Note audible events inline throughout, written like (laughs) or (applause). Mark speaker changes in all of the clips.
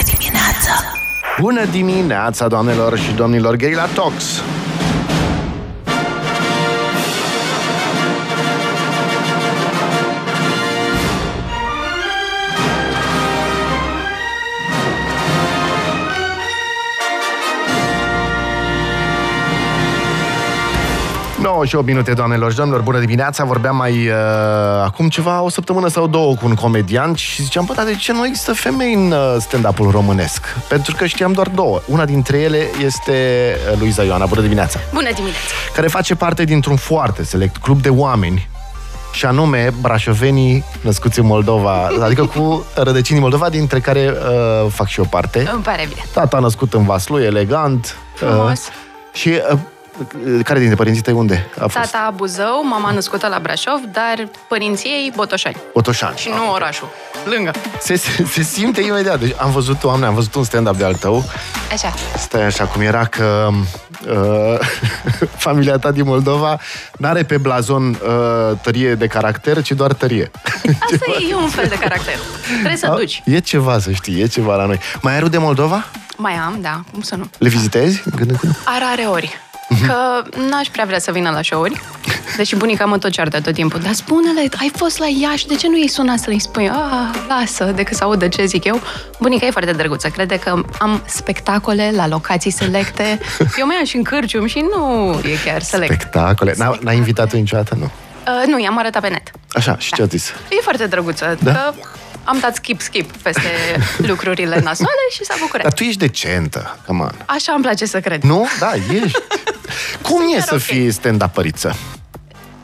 Speaker 1: dimineața!
Speaker 2: Bună dimineața, doamnelor și domnilor, Gherila Tox! și 8 minute, doamnelor și domnilor, bună dimineața! Vorbeam mai uh, acum ceva, o săptămână sau două cu un comedian și ziceam, bă, dar de ce nu există femei în uh, stand-up-ul românesc? Pentru că știam doar două. Una dintre ele este uh, Luiza Ioana, bună dimineața!
Speaker 3: Bună dimineața!
Speaker 2: Care face parte dintr-un foarte select club de oameni și anume brașovenii născuți în Moldova, adică cu rădăcinii Moldova, dintre care uh, fac și eu parte.
Speaker 3: Îmi pare bine.
Speaker 2: Tata născut în Vaslui, elegant.
Speaker 3: Frumos.
Speaker 2: Uh, și uh, care dintre părinții tăi unde a fost?
Speaker 3: Tata Buzău, mama născută la Brașov, dar părinții ei Botoșani.
Speaker 2: Botoșani.
Speaker 3: Și nu orașul, lângă.
Speaker 2: Se, se, se simte imediat. Deci am văzut, doamne, am văzut un stand-up de-al tău.
Speaker 3: Așa.
Speaker 2: Stai așa cum era că uh, (laughs) familia ta din Moldova n-are pe blazon uh, tărie de caracter, ci doar tărie.
Speaker 3: (laughs) Asta e un fel de caracter. Trebuie să
Speaker 2: A,
Speaker 3: duci.
Speaker 2: E ceva, să știi, e ceva la noi. Mai ai rude Moldova?
Speaker 3: Mai am, da, cum să nu.
Speaker 2: Le vizitezi? Gând în când?
Speaker 3: Arare ori. Că n-aș prea vrea să vină la show-uri, deși bunica mă tot ceartă tot timpul. Dar spune-le, ai fost la Iași, de ce nu îi suna să le spui? Ah, lasă, decât să audă ce zic eu. Bunica e foarte drăguță, crede că am spectacole la locații selecte. Eu mai am și în Cârcium și nu e chiar select.
Speaker 2: Spectacole. N-a, n-ai invitat-o niciodată? Nu.
Speaker 3: Uh, nu, i-am arătat pe net.
Speaker 2: Așa,
Speaker 3: Da.
Speaker 2: și ce a zis?
Speaker 3: E foarte drăguță, da? că am dat skip-skip peste
Speaker 2: (laughs)
Speaker 3: lucrurile nasoale și s-a
Speaker 2: Dar
Speaker 3: bucurat.
Speaker 2: tu ești decentă, come on.
Speaker 3: Așa îmi place să cred.
Speaker 2: Nu? Da, ești.
Speaker 3: (laughs)
Speaker 2: Cum e
Speaker 3: Super
Speaker 2: să
Speaker 3: ok.
Speaker 2: fii stand-upăriță?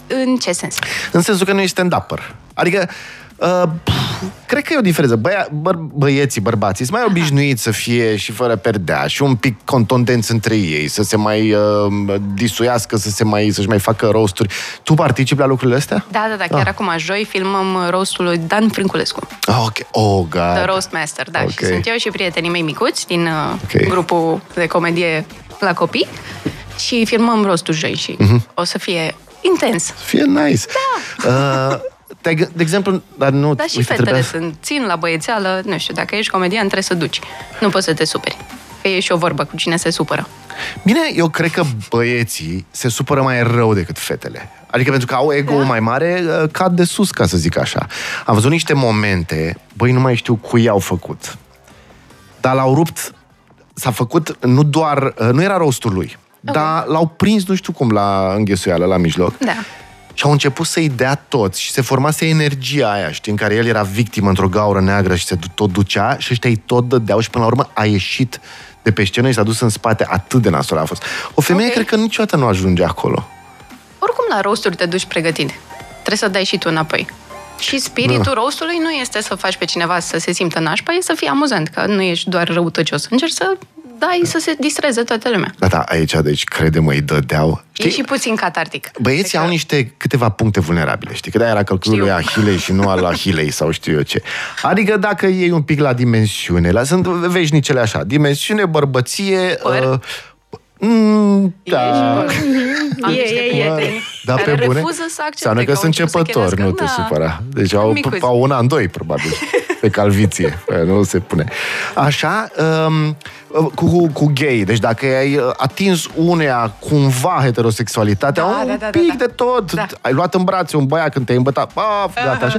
Speaker 3: În ce sens?
Speaker 2: În sensul că nu ești stand-upper. Adică, uh, pf, cred că e o diferență. Băia, băr, băieții, bărbații, sunt mai obișnuiți să fie și fără perdea și un pic contondenți între ei, să se mai uh, disuiască, să se mai, să-și mai facă rosturi. Tu participi la lucrurile astea?
Speaker 3: Da, da, da, chiar
Speaker 2: Ah.
Speaker 3: acum, joi, filmăm rostul lui Dan Frânculescu,
Speaker 2: Ah, ok. Oh, God.
Speaker 3: The Roast Master, da, și
Speaker 2: Ok.
Speaker 3: sunt eu și prietenii mei micuți din uh,
Speaker 2: Ok.
Speaker 3: grupul de comedie la copii și filmăm rostul joi și
Speaker 2: Mhm.
Speaker 3: o să fie intens.
Speaker 2: Fie nice. Da. Uh, te-ai gând- de exemplu, dar nu...
Speaker 3: Dar și
Speaker 2: uite,
Speaker 3: fetele
Speaker 2: trebuia să-
Speaker 3: sunt, țin la băiețeală, nu știu, dacă ești comedian trebuie să duci, nu poți să te superi. Că e și o vorbă cu cine se supără.
Speaker 2: Bine, eu cred că băieții se supără mai rău decât fetele. Adică pentru că au ego da. mai mare, uh, cad de sus, ca să zic așa. Am văzut niște momente, băi, nu mai știu cui au făcut. Dar l-au rupt, s-a făcut nu doar, uh, nu era rostul lui, okay. dar l-au prins nu știu cum la înghesuială, la mijloc.
Speaker 3: Da.
Speaker 2: Și au început să-i dea toți și se formase energia aia, știi, în care el era victimă într-o gaură neagră și se du- tot ducea și ăștia îi tot dădeau și până la urmă a ieșit de pe scenă și s-a dus în spate. Atât de nasol a fost. O femeie
Speaker 3: Ok.
Speaker 2: okay. cred că niciodată nu ajunge acolo.
Speaker 3: Oricum la rosturi te duci pregătit. Trebuie să dai și tu înapoi. Și spiritul da. roastului nu este să faci pe cineva să se simtă nașpa, e să fie amuzant, că nu ești doar răutăcios. Încerci să dai să se distreze toată lumea.
Speaker 2: Da, da, aici, deci, crede-mă, îi dădeau.
Speaker 3: E și puțin catartic.
Speaker 2: Băieții
Speaker 3: Adică
Speaker 2: au niște câteva puncte vulnerabile, știi? Că de-aia era călcâiul
Speaker 3: Știu.
Speaker 2: lui Ahilei și nu al Ahilei sau știu eu ce. Adică dacă iei un pic la dimensiune, la, sunt veșnicele așa, dimensiune, bărbăție...
Speaker 3: Păr.
Speaker 2: Uh, mm, da.
Speaker 3: ești Am
Speaker 1: E,
Speaker 3: niște
Speaker 1: e, e.
Speaker 3: prieteni
Speaker 2: Da,
Speaker 3: care
Speaker 2: pe bune.
Speaker 3: refuză să accepte
Speaker 2: Înseamnă că
Speaker 3: au
Speaker 2: sunt
Speaker 3: început să
Speaker 2: începători, nu
Speaker 3: chinească.
Speaker 2: te
Speaker 3: Da.
Speaker 2: supăra. Deci au,
Speaker 3: Micuți.
Speaker 2: au un an, doi,
Speaker 3: (laughs)
Speaker 2: probabil, pe calviție. Păi, nu se pune. Așa, um, cu, cu, cu gay, deci dacă ai uh, atins uneia cumva heterosexualitatea,
Speaker 3: Da,
Speaker 2: un
Speaker 3: da, da, da,
Speaker 2: pic
Speaker 3: da.
Speaker 2: de tot,
Speaker 3: Da. Ah.
Speaker 2: ai luat în brațe un băiat când te-ai îmbătat, paf, gata, așa.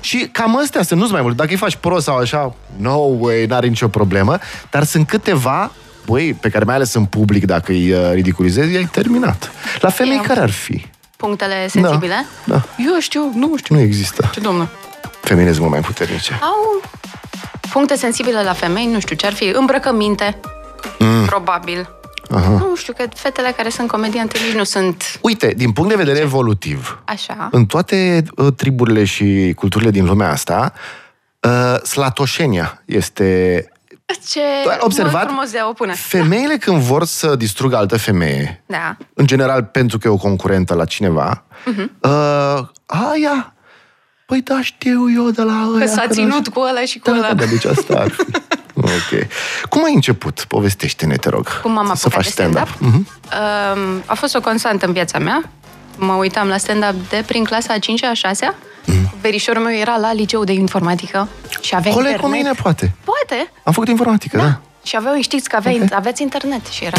Speaker 2: Și cam astea sunt, nu mai mult. Dacă îi faci pro sau așa, no way, n-are nicio problemă, dar sunt câteva băi, pe care mai ales în public, dacă îi uh, ridiculizezi, ai terminat. La femei
Speaker 3: Eu-
Speaker 2: care ar fi?
Speaker 3: Punctele sensibile?
Speaker 2: Da, da.
Speaker 3: Eu știu, nu știu.
Speaker 2: Nu există.
Speaker 3: Ce domnule?
Speaker 2: Feminismul mai puternice.
Speaker 3: Au puncte sensibile la femei, nu știu ce ar fi, îmbrăcăminte, mm. probabil. Aha. Nu știu, că fetele care sunt comediante nici nu sunt
Speaker 2: Uite, din punct de vedere evolutiv,
Speaker 3: așa.
Speaker 2: în toate uh, triburile și culturile din lumea asta, uh, slatoșenia este...
Speaker 3: Ce
Speaker 2: Tu ai
Speaker 3: mult
Speaker 2: observat?
Speaker 3: frumos de a o pune.
Speaker 2: Femeile când vor să distrugă altă femeie,
Speaker 3: Da.
Speaker 2: în general pentru că e o concurentă la cineva,
Speaker 3: Mhm.
Speaker 2: uh-huh. uh, aia, păi da, știu eu de la
Speaker 3: Că
Speaker 2: ăia.
Speaker 3: s-a
Speaker 2: nu
Speaker 3: ținut
Speaker 2: știu.
Speaker 3: cu ăla și cu
Speaker 2: Da, da,
Speaker 3: ăla.
Speaker 2: da, deci asta ar
Speaker 3: (laughs)
Speaker 2: fi. Ok. Cum ai început? Povestește-ne, te rog.
Speaker 3: Cum am
Speaker 2: să
Speaker 3: apucat
Speaker 2: faci Mhm.
Speaker 3: de stand-up? Um, A fost o constantă în viața mea. Mă uitam la stand-up de prin clasa a 5-a, 6-a. Verișorul meu era la liceu de informatică și avea
Speaker 2: Mhm. Coleg cu
Speaker 3: internet.
Speaker 2: mine, poate.
Speaker 3: Poate, Informatică?
Speaker 2: Am făcut informatică, da.
Speaker 3: Și aveau, știți că aveai, aveți internet și (laughs) era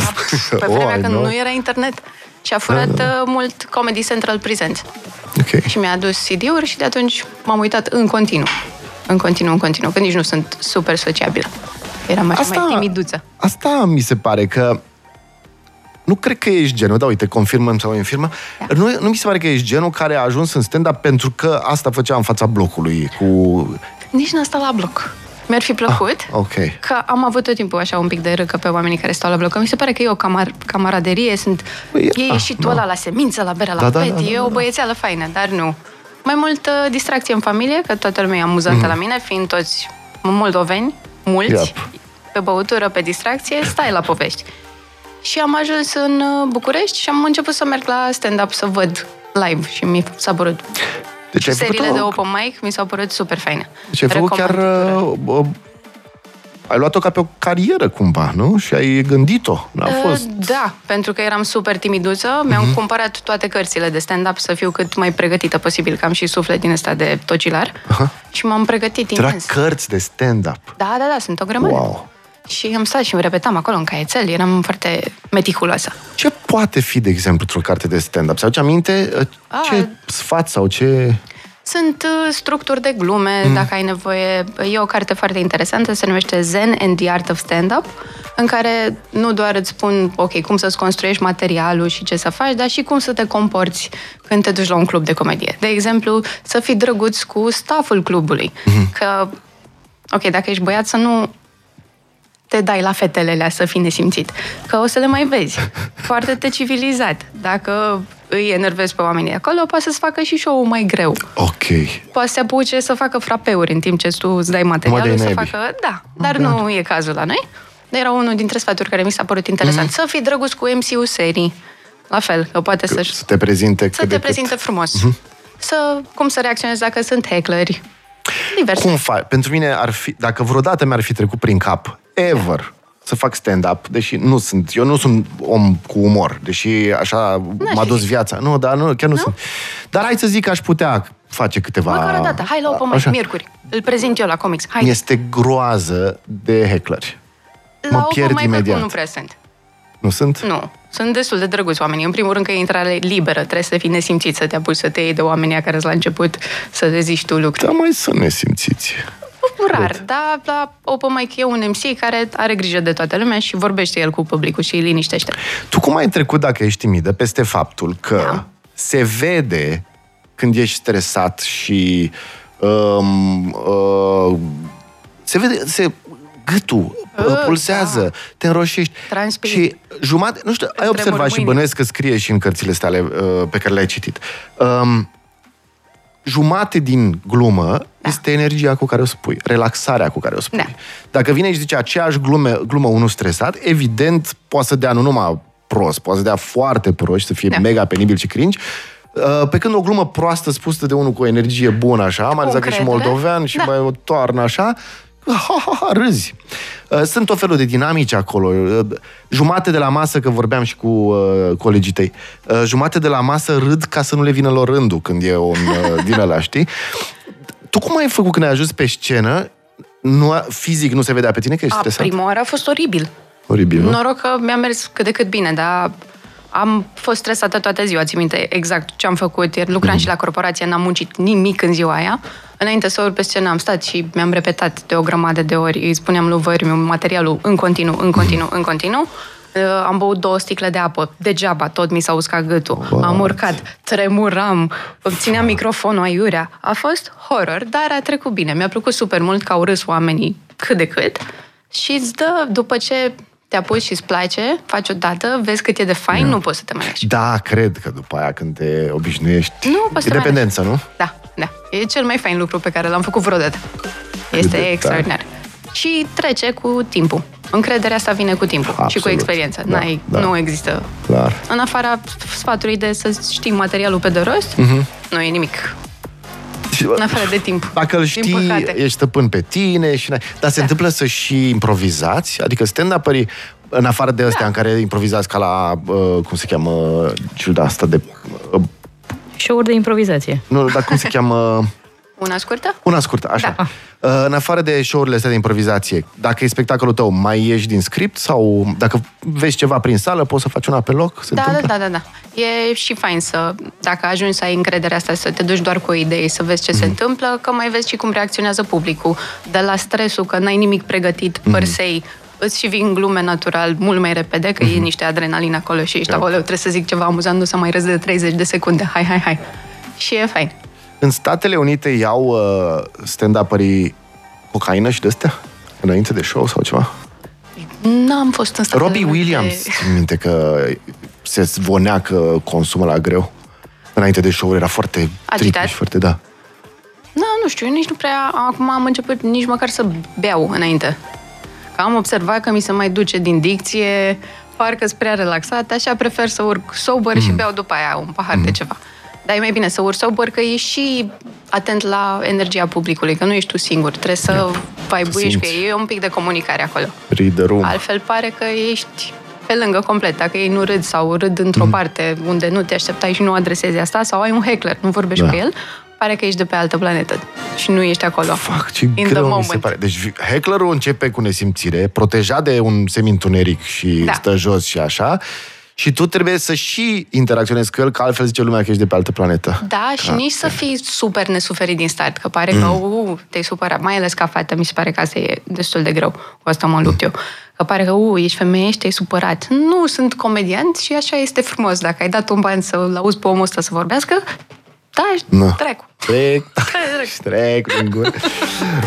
Speaker 3: pe
Speaker 2: Oh,
Speaker 3: vremea
Speaker 2: I
Speaker 3: când
Speaker 2: know.
Speaker 3: nu era internet. Și a furat uh, mult Comedy Central prezent.
Speaker 2: Ok.
Speaker 3: Și mi-a adus CD-uri și de atunci m-am uitat în continuu. În continuu, în continuu, că nici nu sunt super sociabilă. Eram așa Deci mai timiduță.
Speaker 2: Asta mi se pare că nu cred că ești genul, da, uite, confirmăm sau infirmăm, da. nu, nu mi se pare că ești genul care a ajuns în stand-up pentru că asta făcea în fața blocului cu...
Speaker 3: Nici n-a stat la bloc. Mi-ar fi plăcut ah,
Speaker 2: ok.
Speaker 3: că am avut tot timpul așa un pic de râcă pe oamenii care stau la bloc. Că Mi se pare că e o camar- camaraderie, sunt
Speaker 2: Păi,
Speaker 3: ei
Speaker 2: ah,
Speaker 3: ieșitul
Speaker 2: da.
Speaker 3: ăla la semință, la bere, la
Speaker 2: Da,
Speaker 3: da,
Speaker 2: da,
Speaker 3: pet,
Speaker 2: da, da,
Speaker 3: e
Speaker 2: da,
Speaker 3: o
Speaker 2: da.
Speaker 3: băiețeală faină, dar nu. Mai mult uh, distracție în familie, că toată lumea e
Speaker 2: Mhm.
Speaker 3: amuzantă mm-hmm. la mine, fiind toți moldoveni, mulți,
Speaker 2: Yep.
Speaker 3: pe băutură, pe distracție, stai la povești. Și am ajuns în uh, București și am început să merg la stand-up să văd live și mi s-a părut
Speaker 2: Deci ai făcut,
Speaker 3: seriile de
Speaker 2: o,
Speaker 3: open mic, mi s-au părut super faine.
Speaker 2: deci ai făcut chiar...
Speaker 3: Recomand
Speaker 2: Uh,
Speaker 3: tuturor.
Speaker 2: uh, ai luat-o ca pe o carieră cumva, nu? Și ai gândit-o. N-a
Speaker 3: Uh,
Speaker 2: fost... Mhm.
Speaker 3: Da, pentru că eram super timiduță, mi-am cumpărat toate cărțile de stand-up să fiu cât mai pregătită posibil, că am și suflet din ăsta de tocilar. Și m-am pregătit
Speaker 2: Era
Speaker 3: imens.
Speaker 2: cărți de stand-up.
Speaker 3: Da, da, da, sunt o grămadă.
Speaker 2: Wow.
Speaker 3: Și am stat și îmi repetam acolo în caietel, eram foarte meticuloasă.
Speaker 2: Ce poate fi, de exemplu, într-o carte de stand-up? Sau ce aminte? uh,
Speaker 3: Ah.
Speaker 2: Ce sfat sau ce...
Speaker 3: Sunt uh, structuri de glume, mm. dacă ai nevoie. E o carte foarte interesantă, se numește Zen and the Art of Stand-Up, în care nu doar îți spun, ok, cum să-ți construiești materialul și ce să faci, dar și cum să te comporți când te duci la un club de comedie. De exemplu, să fii drăguț cu stafful clubului. Mm. Că, ok, dacă ești băiat, să nu te dai la fetele alea să fii nesimțit. Că o să le mai vezi. Foarte te civilizat. Dacă îi enervezi pe oamenii de acolo, poate să-ți facă și show-ul mai greu
Speaker 2: Ok.
Speaker 3: poate să se apuce să facă frapeuri în timp ce tu îți dai materialul,
Speaker 2: Numai
Speaker 3: să
Speaker 2: de nebii.
Speaker 3: facă... Da, dar nu e cazul la noi. Era unul dintre sfaturi care mi s-a părut interesant.
Speaker 2: Mhm.
Speaker 3: Să fii drăguț cu MC-ul serii. La fel, că poate să,
Speaker 2: Să te prezinte
Speaker 3: să
Speaker 2: cât
Speaker 3: te
Speaker 2: de cât.
Speaker 3: prezinte frumos.
Speaker 2: Mhm.
Speaker 3: Să, cum să reacționezi dacă sunt heckleri. Diverse.
Speaker 2: Cum faci? Pentru mine ar fi, dacă vreodată mi-ar fi trecut prin cap, ever, să fac stand-up, deși nu sunt, eu nu sunt om cu umor, deși așa m-a
Speaker 3: fi
Speaker 2: dus
Speaker 3: zis.
Speaker 2: viața. Nu, dar nu, chiar nu, sunt. Dar hai să zic că aș putea face câteva...
Speaker 3: Măcar o dată. Hai la open mic,
Speaker 2: Așa.
Speaker 3: miercuri. Îl prezint eu la comics. Hai,
Speaker 2: Este groază de heckleri.
Speaker 3: la
Speaker 2: mă pierd
Speaker 3: open mic
Speaker 2: imediat.
Speaker 3: acum nu prea sunt.
Speaker 2: Nu sunt?
Speaker 3: Nu. Sunt destul de drăguți oamenii. În primul rând că e intrare liberă. Trebuie să fii nesimțit, să te apuci să te iei de oamenii care la început să reziști tu lucruri.
Speaker 2: Dar mai să ne simțiți.
Speaker 3: Rar, dar la Open Mic e un MC care are grijă de toată lumea și vorbește el cu publicul și îi liniștește.
Speaker 2: Tu cum ai trecut, dacă ești timidă, peste faptul că
Speaker 3: Da.
Speaker 2: se vede când ești stresat și um, uh, se vede, se, gâtul uh,
Speaker 3: Uh,
Speaker 2: pulsează, da. te înroșești.
Speaker 3: Transpiri.
Speaker 2: Și jumate, nu știu, ai
Speaker 3: tremur
Speaker 2: observat și
Speaker 3: mâinile.
Speaker 2: bănuiesc că scrie și în cărțile tale uh, pe care le-ai citit. Um, jumate din glumă da. este energia cu care o spui, relaxarea cu care o spui.
Speaker 3: Da.
Speaker 2: Dacă vine și zice aceeași glume, glumă unul stresat, evident poate să dea nu numai prost, poate să dea foarte prost și să fie da.
Speaker 3: Da.
Speaker 2: mega penibil și cringe, Uh, pe când o glumă proastă spusă de unul cu o energie bună așa, mai ales dacă ești
Speaker 3: încredere.
Speaker 2: moldovean și
Speaker 3: Da.
Speaker 2: mai o toarnă așa, ha, ha, ha, râzi. Uh, Sunt tot felul de dinamici acolo. Uh, Jumate de la masă, că vorbeam și cu uh, colegii tăi, uh, jumate de la masă râd ca să nu le vină lor rândul când e un
Speaker 3: (laughs)
Speaker 2: uh, din ăla, știi? Tu cum ai făcut când ai ajuns pe scenă? Nu, a- fizic nu se vedea pe tine că ești
Speaker 3: A,
Speaker 2: stresat?
Speaker 3: prima oară a fost oribil.
Speaker 2: Oribil, exact. nu?
Speaker 3: Noroc că mi-a mers cât de cât bine, dar am fost stresată toată ziua, țin minte exact ce am făcut. Iar lucram și la corporație, n-am muncit nimic în ziua aia. Înainte să urc pe scenă am stat și mi-am repetat de o grămadă de ori, îi spuneam lui Vărmiu materialul în continuu, în continuu, în continuu. Uh, am băut două sticle de apă, degeaba, tot mi s-a uscat gâtul.
Speaker 2: What?
Speaker 3: Am urcat, tremuram, îmi țineam microfonul aiurea. A fost horror, dar a trecut bine. Mi-a plăcut super mult că au râs oamenii cât de cât și îți dă, după ce te apuci și îți place, faci o dată, vezi cât e de fain, nu poți să te mai lași.
Speaker 2: Da, cred că după aia când te obișnuiești...
Speaker 3: Nu poți
Speaker 2: e
Speaker 3: să mai
Speaker 2: dependență, nu?
Speaker 3: Da, da. E cel mai fain lucru pe care l-am făcut vreodată.
Speaker 2: de
Speaker 3: Este
Speaker 2: tare.
Speaker 3: extraordinar. Și trece cu timpul. Încrederea asta vine cu timpul și cu
Speaker 2: Absolut.
Speaker 3: experiență.
Speaker 2: Da,
Speaker 3: N-ai,
Speaker 2: da.
Speaker 3: Nu există.
Speaker 2: Clar.
Speaker 3: În afara sfatului de să știi materialul pe de rost,
Speaker 2: Mhm.
Speaker 3: nu e nimic.
Speaker 2: Și-
Speaker 3: În afară de timp.
Speaker 2: Dacă îl
Speaker 3: Din
Speaker 2: știi,
Speaker 3: păcate.
Speaker 2: ești stăpân pe tine și n-ai- Dar se da. întâmplă să și improvizați? Adică stand up în afară de astea da.
Speaker 3: Da.
Speaker 2: în care improvizați ca la, uh, cum se cheamă, ciuda asta de... Uh,
Speaker 1: Show-uri de improvizație. (laughs)
Speaker 2: nu, dar cum se cheamă...
Speaker 3: Una scurtă?
Speaker 2: Una scurtă, așa. Da. Uh, în afară de show-urile astea de improvizație, dacă e spectacolul tău, mai ieși din script sau dacă vezi ceva prin sală, poți să faci una pe loc? Se
Speaker 3: Da, da,
Speaker 2: întâmplă?
Speaker 3: da, da, da. E și fain să, dacă ajungi să ai încrederea asta, să te duci doar cu o idee, să vezi ce
Speaker 2: Mhm.
Speaker 3: se întâmplă, că mai vezi și cum reacționează publicul. De la stresul, că n-ai nimic pregătit
Speaker 2: Mhm.
Speaker 3: per se, îți și vin glume natural mult mai repede, că
Speaker 2: Mhm.
Speaker 3: e niște adrenalină acolo și ești,
Speaker 2: Da.
Speaker 3: da. aoleu, trebuie să zic ceva amuzant, nu să mai râzi de 30 de secunde, hai, hai, hai. Și e fain.
Speaker 2: În Statele Unite iau uh, stand-up-ării cocaină și de-astea? Înainte de show sau ceva?
Speaker 3: N-am fost în Statele
Speaker 2: Robbie
Speaker 3: Unite.
Speaker 2: Williams, țin minte că se zvonea că consumă la greu. Înainte de show era foarte
Speaker 3: Agitat?
Speaker 2: tricky și foarte, da.
Speaker 3: Da, nu știu, eu nici nu prea... Acum am început nici măcar să beau înainte. Că am observat că mi se mai duce din dicție, parcă sunt prea relaxat, așa prefer să urc sober și beau după aia un pahar de ceva. Dar e mai bine să urci sober, că ești și atent la energia publicului, că nu ești tu singur, trebuie să vaibuiești cu
Speaker 2: simți.
Speaker 3: ei. E un pic de comunicare acolo.
Speaker 2: Read the room.
Speaker 3: Altfel pare că ești pe lângă complet. Dacă ei nu râd sau râd
Speaker 2: Mm.
Speaker 3: într-o parte unde nu te așteptai și nu adresezi asta, sau ai un heckler, nu vorbești
Speaker 2: Da.
Speaker 3: da. cu el, pare că ești de pe altă planetă și nu ești acolo.
Speaker 2: Fac, ce
Speaker 3: da. the
Speaker 2: greu mi se
Speaker 3: moment.
Speaker 2: pare. Deci hecklerul începe cu nesimțire, protejat de un semintuneric și da.
Speaker 3: Da.
Speaker 2: stă jos și așa. Și tu trebuie să și interacționezi cu el, că altfel zice lumea că ești de pe altă planetă.
Speaker 3: Da, și nici să fii super nesuferit din start, că pare că
Speaker 2: Mm.
Speaker 3: uh, te-ai supărat, mai ales ca fată, mi se pare că asta e destul de greu, cu asta mă
Speaker 2: Mm.
Speaker 3: lupt eu. Că pare că, uh, ești femeie și te-ai supărat. Nu, sunt comediant și așa este frumos. Dacă ai dat un ban să-l auzi pe omul ăsta să vorbească,
Speaker 2: Nu.
Speaker 3: da, trec.
Speaker 2: Trec, trec din gură.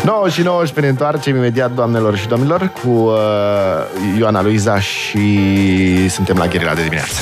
Speaker 2: 9 și 19 ne întoarcem imediat, doamnelor și domnilor, cu uh, Ioana Luiza și suntem la Gherila de dimineață.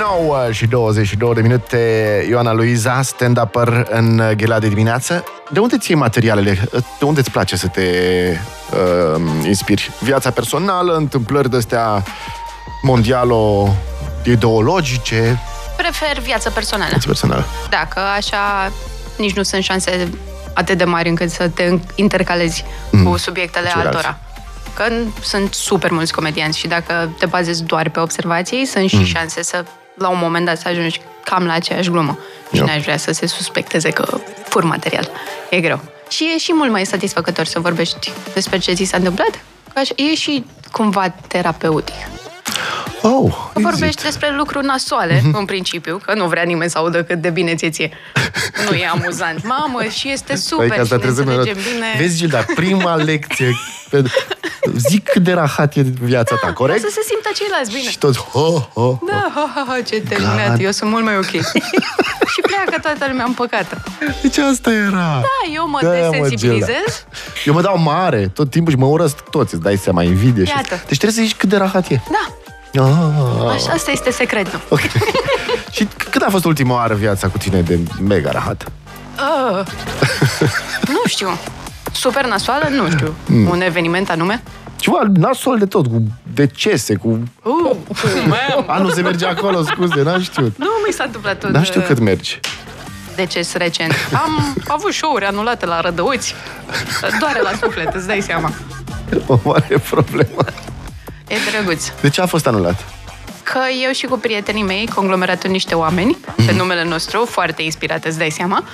Speaker 2: Nouă și 22 de minute, Ioana Luiza, stand-upper în Ghelea de dimineață. De unde ții materialele? De unde îți place să te uh, inspiri? Viața personală, întâmplări de-astea mondialo-ideologice?
Speaker 3: Prefer viața personală.
Speaker 2: Viața personală.
Speaker 3: Dacă așa nici nu sunt șanse atât de mari încât să te intercalezi cu subiectele
Speaker 2: Ceilalți.
Speaker 3: altora. Că n- sunt super mulți comedianți și dacă te bazezi doar pe observații, sunt și șanse să, la un moment dat, să ajungi cam la aceeași glumă. Și
Speaker 2: Eu.
Speaker 3: n-aș vrea să se suspecteze că fur material. E greu. Și e și mult mai satisfăcător să vorbești despre ce ți s-a întâmplat. Că așa, e și cumva terapeutic.
Speaker 2: Oh,
Speaker 3: Că vorbești
Speaker 2: exist.
Speaker 3: despre lucruri nasoale,
Speaker 2: Mhm.
Speaker 3: în principiu, că nu vrea nimeni să audă cât de bine ți ție. Nu e amuzant.
Speaker 2: (laughs)
Speaker 3: Mamă, și este super
Speaker 2: Adică
Speaker 3: și
Speaker 2: asta
Speaker 3: ne
Speaker 2: trebuie să-mi
Speaker 3: înțelegem
Speaker 2: arăt.
Speaker 3: bine.
Speaker 2: Vezi, Gilda,
Speaker 3: (laughs)
Speaker 2: prima lecție. pe- Zic cât de rahat e viața ta,
Speaker 3: Ca
Speaker 2: corect?
Speaker 3: Da, Să se simtă ceilalți bine.
Speaker 2: Și toți, ho, ho,
Speaker 3: Da, ha, ha, ha, ce terminat,
Speaker 2: God.
Speaker 3: eu sunt mult mai
Speaker 2: (laughs)
Speaker 3: ok. și pleacă toată lumea împăcată.
Speaker 2: Deci asta era.
Speaker 3: Da, eu mă
Speaker 2: Da, mă,
Speaker 3: desensibilizez.
Speaker 2: Eu mă dau mare tot timpul și mă urăsc toți, îți dai seama, invidie. Și...
Speaker 3: Iată.
Speaker 2: Deci trebuie să zici cât de rahat e.
Speaker 3: Da,
Speaker 2: Ah.
Speaker 3: așa, asta este secretul.
Speaker 2: Okay. și c- cât a fost ultima oară viața cu tine de mega rahat?
Speaker 3: Ah. nu știu. Super nasoală? Nu știu.
Speaker 2: Mm.
Speaker 3: Un eveniment anume?
Speaker 2: Ceva nasol de tot, cu decese, cu...
Speaker 3: Uh, (laughs) man.
Speaker 2: A, nu se merge acolo, scuze, n-am știut.
Speaker 3: Nu mi s-a întâmplat tot.
Speaker 2: N-am știut
Speaker 3: uh,
Speaker 2: cât mergi.
Speaker 3: deces recent. Am avut show-uri anulate la rădăuți. Doare la suflet, îți dai seama. Da.
Speaker 2: O mare problemă.
Speaker 3: E drăguț.
Speaker 2: De ce a fost anulat?
Speaker 3: Că eu și cu prietenii mei, conglomeratul niște oameni, pe
Speaker 2: Mhm.
Speaker 3: numele nostru, foarte inspirate, îți dai seama,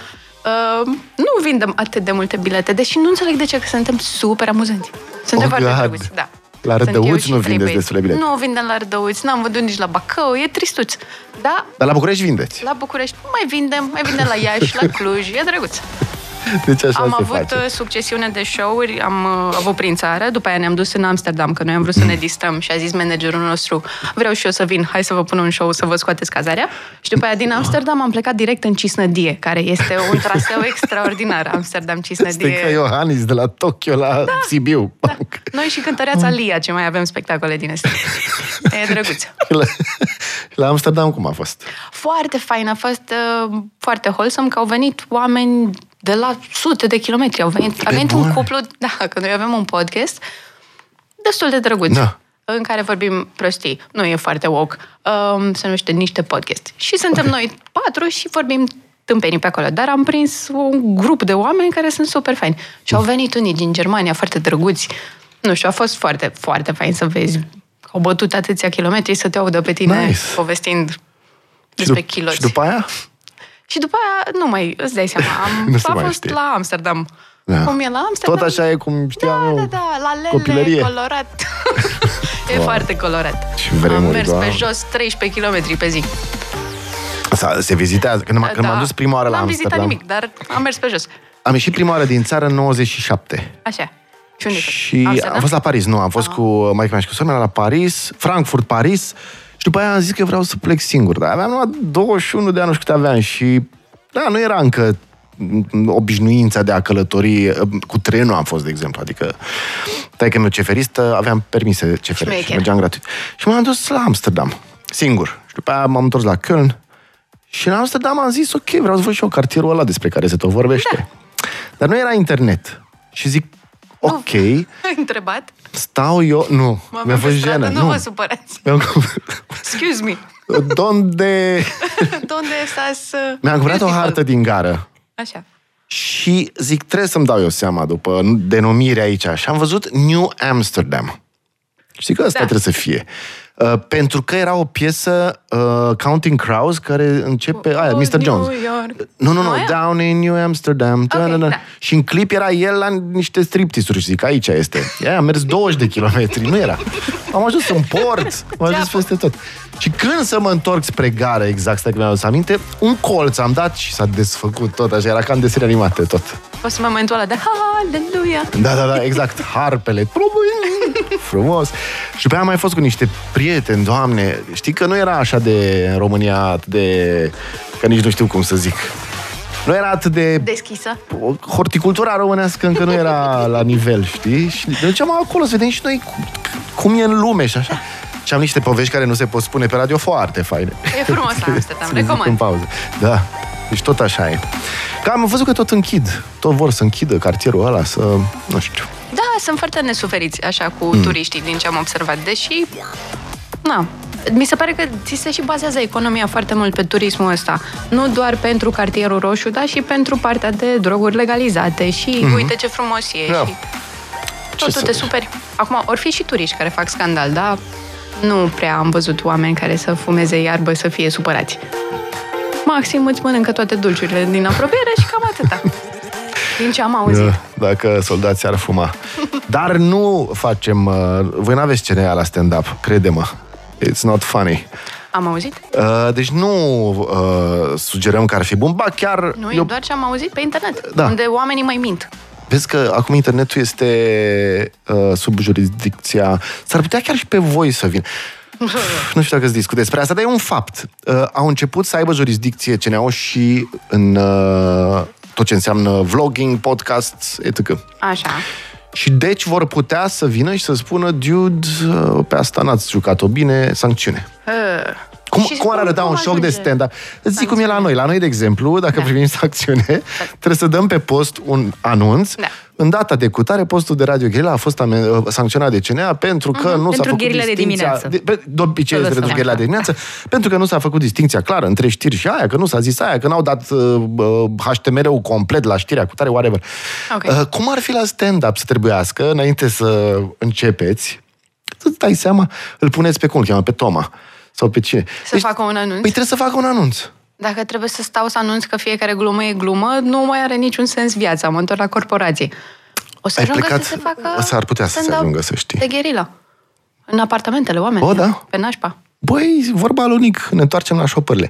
Speaker 3: uh, nu vindem atât de multe bilete, deși nu înțeleg de ce, că suntem super amuzanți. Suntem
Speaker 2: Oh,
Speaker 3: foarte
Speaker 2: God.
Speaker 3: drăguți, da.
Speaker 2: La
Speaker 3: Sunt eu
Speaker 2: Rădăuți
Speaker 3: și
Speaker 2: nu
Speaker 3: trei
Speaker 2: vindeți
Speaker 3: băieți.
Speaker 2: destule bilete.
Speaker 3: Nu vindem la Rădăuți, n-am văzut nici la Bacău, e tristuț. Da,
Speaker 2: Dar la București vindeți.
Speaker 3: la București mai vindem, mai vindem la Iași, la Cluj, e drăguț.
Speaker 2: Deci așa
Speaker 3: Da. Am
Speaker 2: se
Speaker 3: avut
Speaker 2: face.
Speaker 3: uh, succesiune de show-uri, am uh, avut prin țară, după aia ne-am dus în Amsterdam, că noi am vrut să ne distrăm și a zis managerul nostru, vreau și eu să vin, hai să vă pun un show să vă scoateți cazarea. Și după aia
Speaker 2: Ah.
Speaker 3: din Amsterdam am plecat direct în Cisnădie, care este un
Speaker 2: (laughs)
Speaker 3: traseu extraordinar,
Speaker 2: Este ca
Speaker 3: Amsterdam-Cisnădie.
Speaker 2: Iohannis de la Tokyo la Sibiu.
Speaker 3: Da. Noi și cântăreața Lia, ce mai avem spectacole din astea. E drăguț.
Speaker 2: (laughs) la, la Amsterdam cum a fost?
Speaker 3: Foarte fain, a fost uh, foarte wholesome că au venit oameni de la sute de kilometri. Au venit, a venit un
Speaker 2: bune.
Speaker 3: cuplu, da, că noi avem un podcast destul de drăguț.
Speaker 2: Da.
Speaker 3: în care vorbim prostii. Nu e foarte woke. Um, se numește Niște Podcast. Și suntem okay. noi patru și vorbim tâmpenii pe acolo. Dar am prins un grup de oameni care sunt super faini. Și au venit unii din Germania, foarte drăguți. Nu știu, a fost foarte, foarte fain să vezi. Au bătut atâția kilometri să te audă pe tine
Speaker 2: Nice.
Speaker 3: povestind
Speaker 2: Și,
Speaker 3: despre
Speaker 2: dup-
Speaker 3: kiloți.
Speaker 2: și după aia?
Speaker 3: Și după aia, nu mai, îți dai seama, am,
Speaker 2: (laughs) Nu se
Speaker 3: a
Speaker 2: mai
Speaker 3: fost
Speaker 2: știe.
Speaker 3: la Amsterdam.
Speaker 2: Da.
Speaker 3: Cum e la Amsterdam?
Speaker 2: Tot așa e cum știam
Speaker 3: Da,
Speaker 2: eu.
Speaker 3: da, da, la lele,
Speaker 2: copilărie. (laughs)
Speaker 3: colorat. e foarte colorat.
Speaker 2: Ce vremuri,
Speaker 3: Am mers
Speaker 2: doamne.
Speaker 3: pe jos 13 km pe zi.
Speaker 2: Sa- Se vizitează. Când, m- când m-am dus prima oară la
Speaker 3: Da. N-am
Speaker 2: Amsterdam.
Speaker 3: vizitat nimic, dar am mers pe jos.
Speaker 2: Am ieșit prima oară din țară în 97.
Speaker 3: Așa. Și unde
Speaker 2: Și
Speaker 3: Amsterdam? Ah.
Speaker 2: am fost la Paris, nu, am fost cu mai mea și cu sora mea la Paris, Frankfurt, Paris și după aia am zis că vreau să plec singur. Dar aveam numai 21 de ani, nu știu cât aveam și da, nu era încă m, obișnuința de a călători cu trenul am fost, de exemplu, adică taică meu ceferistă, aveam permise CFR și
Speaker 3: Șmecher.
Speaker 2: mergeam gratuit. Și m-am dus la Amsterdam, singur. Și după aia m-am întors la Köln și în Amsterdam am zis, ok, vreau să văd și eu cartierul ăla despre care se tot vorbește. Da. Dar nu era internet. Și zic, ok,
Speaker 3: Ai (laughs) întrebat?
Speaker 2: stau eu... Nu,
Speaker 3: M-am
Speaker 2: mi-a
Speaker 3: pe
Speaker 2: fost
Speaker 3: stradă,
Speaker 2: jenă.
Speaker 3: Nu vă supărați.
Speaker 2: Mi-am (laughs)
Speaker 3: Excuse me. (laughs)
Speaker 2: cumpărat- Donde...
Speaker 3: Unde estás? uh,
Speaker 2: Mi-am cumpărat o
Speaker 3: beautiful?
Speaker 2: hartă din gară.
Speaker 3: Așa.
Speaker 2: Și zic, trebuie să-mi dau eu seama după denumire aici. Și am văzut New Amsterdam. Știi că asta
Speaker 3: Da.
Speaker 2: trebuie să fie. Uh, pentru că era o piesă uh, Counting Crows care începe... Aia,
Speaker 3: Oh,
Speaker 2: Mr.
Speaker 3: New
Speaker 2: Jones.
Speaker 3: York.
Speaker 2: Nu, nu, da, nu.
Speaker 3: Aia?
Speaker 2: Down in New Amsterdam. Da, da, da.
Speaker 3: da.
Speaker 2: Și în clip era el la niște striptisuri și zic, aici este. Ea a mers 20 de kilometri, nu era. Am ajuns în port, am ajuns peste tot. Și când să mă întorc spre gară, exact asta că mi-am adus aminte, un colț am dat și s-a desfăcut tot așa, era ca în desene animate tot.
Speaker 3: A fost momentul ăla de haleluia.
Speaker 2: Da, da, da, exact, harpele, frumos. Și pe aia am mai fost cu niște prieteni, doamne, știi că nu era așa de în România, atât de, că nici nu știu cum să zic. Nu era atât de
Speaker 3: Deschisă.
Speaker 2: horticultura românească încă nu era la nivel, știi? Și ne duceam acolo să vedem și noi cum, cum e în lume și așa. Și am niște povești care nu se pot spune pe radio foarte faine.
Speaker 3: E frumos la
Speaker 2: (laughs)
Speaker 3: Amsterdam,
Speaker 2: Să le zic
Speaker 3: recomand.
Speaker 2: În pauză. Da, deci tot așa e. Că am văzut că tot închid. Tot vor să închidă cartierul ăla, să... nu știu.
Speaker 3: Da, sunt foarte nesuferiți așa cu mm. turiștii din ce am observat, deși na, mi se pare că ți se și bazează economia foarte mult pe turismul ăsta. Nu doar pentru cartierul roșu, dar și pentru partea de droguri legalizate și mm-hmm. uite ce frumos e
Speaker 2: Mhm. Da.
Speaker 3: și
Speaker 2: Ce
Speaker 3: totul
Speaker 2: să
Speaker 3: te
Speaker 2: zic?
Speaker 3: superi. Acum, ori fi și turiști care fac scandal, dar nu prea am văzut oameni care să fumeze iarbă să fie supărați. Maxim îți mănâncă toate dulciurile din apropiere și cam
Speaker 2: (laughs)
Speaker 3: atâta. Din ce am auzit.
Speaker 2: Da, Dacă soldații ar
Speaker 3: (laughs)
Speaker 2: fuma. Dar nu facem... uh, Voi n-aveți scenea la stand-up, crede-mă. It's not funny.
Speaker 3: Am auzit?
Speaker 2: Uh, deci nu uh, sugerăm că ar fi bun, ba chiar...
Speaker 3: Nu,
Speaker 2: eu-
Speaker 3: e doar ce am auzit pe internet,
Speaker 2: Da.
Speaker 3: da. unde oamenii mai mint.
Speaker 2: Vezi că acum internetul este uh, sub jurisdicția... S-ar putea chiar și pe voi să vin. Pf, nu știu dacă să discut despre asta, dar e un fapt. Uh, au început să aibă jurisdicție CNO și în uh, tot ce înseamnă vlogging, podcast, etc.
Speaker 3: Așa.
Speaker 2: Și deci vor putea să vină și să spună dude, uh, pe asta n-ați jucat-o bine, sancțiune. Cum,
Speaker 3: Și
Speaker 2: cum ar arăta un show de
Speaker 3: ajunge?
Speaker 2: stand-up? Îți zic cum e la noi. La noi, de exemplu, dacă da. primim sancțiune, trebuie să dăm pe post un anunț.
Speaker 3: Da.
Speaker 2: În data de cutare, postul de Radio Gherila a fost ame- uh, sancționat de CNA pentru că nu s-a
Speaker 1: Pentru
Speaker 2: făcut
Speaker 1: gherile de
Speaker 2: distinția-
Speaker 1: dimineață.
Speaker 2: De, pe- de obicei
Speaker 1: Să
Speaker 2: este
Speaker 1: lăsăm
Speaker 2: pentru gherile de
Speaker 1: așa.
Speaker 2: dimineață, pentru că nu s-a făcut distinția clară între știri și aia, că nu s-a zis aia, că n-au dat uh, uh, HTML-ul complet la știrea cutare, whatever.
Speaker 3: Ok.
Speaker 2: Uh, cum ar fi la stand-up să trebuiască, înainte să începeți, să-ți dai seama, îl puneți pe cum îl cheamă, pe Toma sau pe cine.
Speaker 3: Să facă un anunț?
Speaker 2: Păi trebuie să facă un anunț.
Speaker 3: Dacă trebuie să stau să anunț că fiecare glumă e glumă, nu mai are niciun sens viața. Mă întorc la corporații. O să
Speaker 2: Ai
Speaker 3: ajungă
Speaker 2: plecat?
Speaker 3: să se facă...
Speaker 2: S-ar putea să se
Speaker 3: stand-up
Speaker 2: ajungă, să știi.
Speaker 3: De gherila. În apartamentele oamenilor.
Speaker 2: O, da.
Speaker 3: Pe nașpa.
Speaker 2: Băi, vorba lui Nic, ne întoarcem la șopările.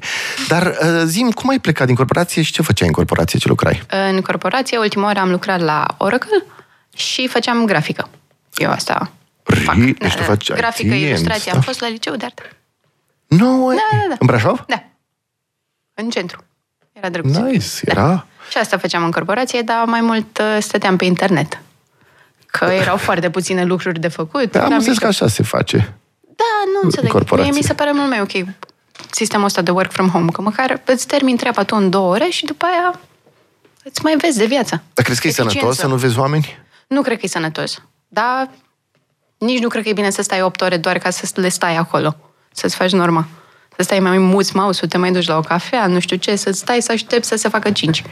Speaker 2: Dar uh, zim, cum ai plecat din corporație și ce făceai în corporație, ce lucrai?
Speaker 3: În corporație, ultima oară am lucrat la Oracle și făceam grafică. Eu asta fac.
Speaker 2: Ri- deci tu
Speaker 3: Da,
Speaker 2: faci
Speaker 3: grafică,
Speaker 2: IT,
Speaker 3: ilustrație. Am
Speaker 2: stuff.
Speaker 3: fost la liceu de artă.
Speaker 2: da. Nu, no,
Speaker 3: da, da.
Speaker 2: În Brașov?
Speaker 3: Da. În centru. Era drăguț.
Speaker 2: Nice, era...
Speaker 3: Și asta făceam în corporație, dar mai mult uh, stăteam pe internet. Că erau foarte puține lucruri de făcut.
Speaker 2: Da, am
Speaker 3: Era
Speaker 2: înțeles
Speaker 3: mișto.
Speaker 2: că așa se face.
Speaker 3: Da, nu înțeleg.
Speaker 2: corporație.
Speaker 3: Mie mi se pare mult mai ok sistemul ăsta de work from home, că măcar îți termin treaba tu în două ore și după aia îți mai vezi de viață.
Speaker 2: Dar crezi că e
Speaker 3: Eficiență.
Speaker 2: sănătos să nu vezi oameni?
Speaker 3: Nu cred că e sănătos, dar Nici nu cred că e bine să stai 8 ore doar ca să le stai acolo, să-ți faci norma. Să stai mai mulți mouse te mai duci la o cafea, nu știu ce, să stai să aștepți să se facă 5.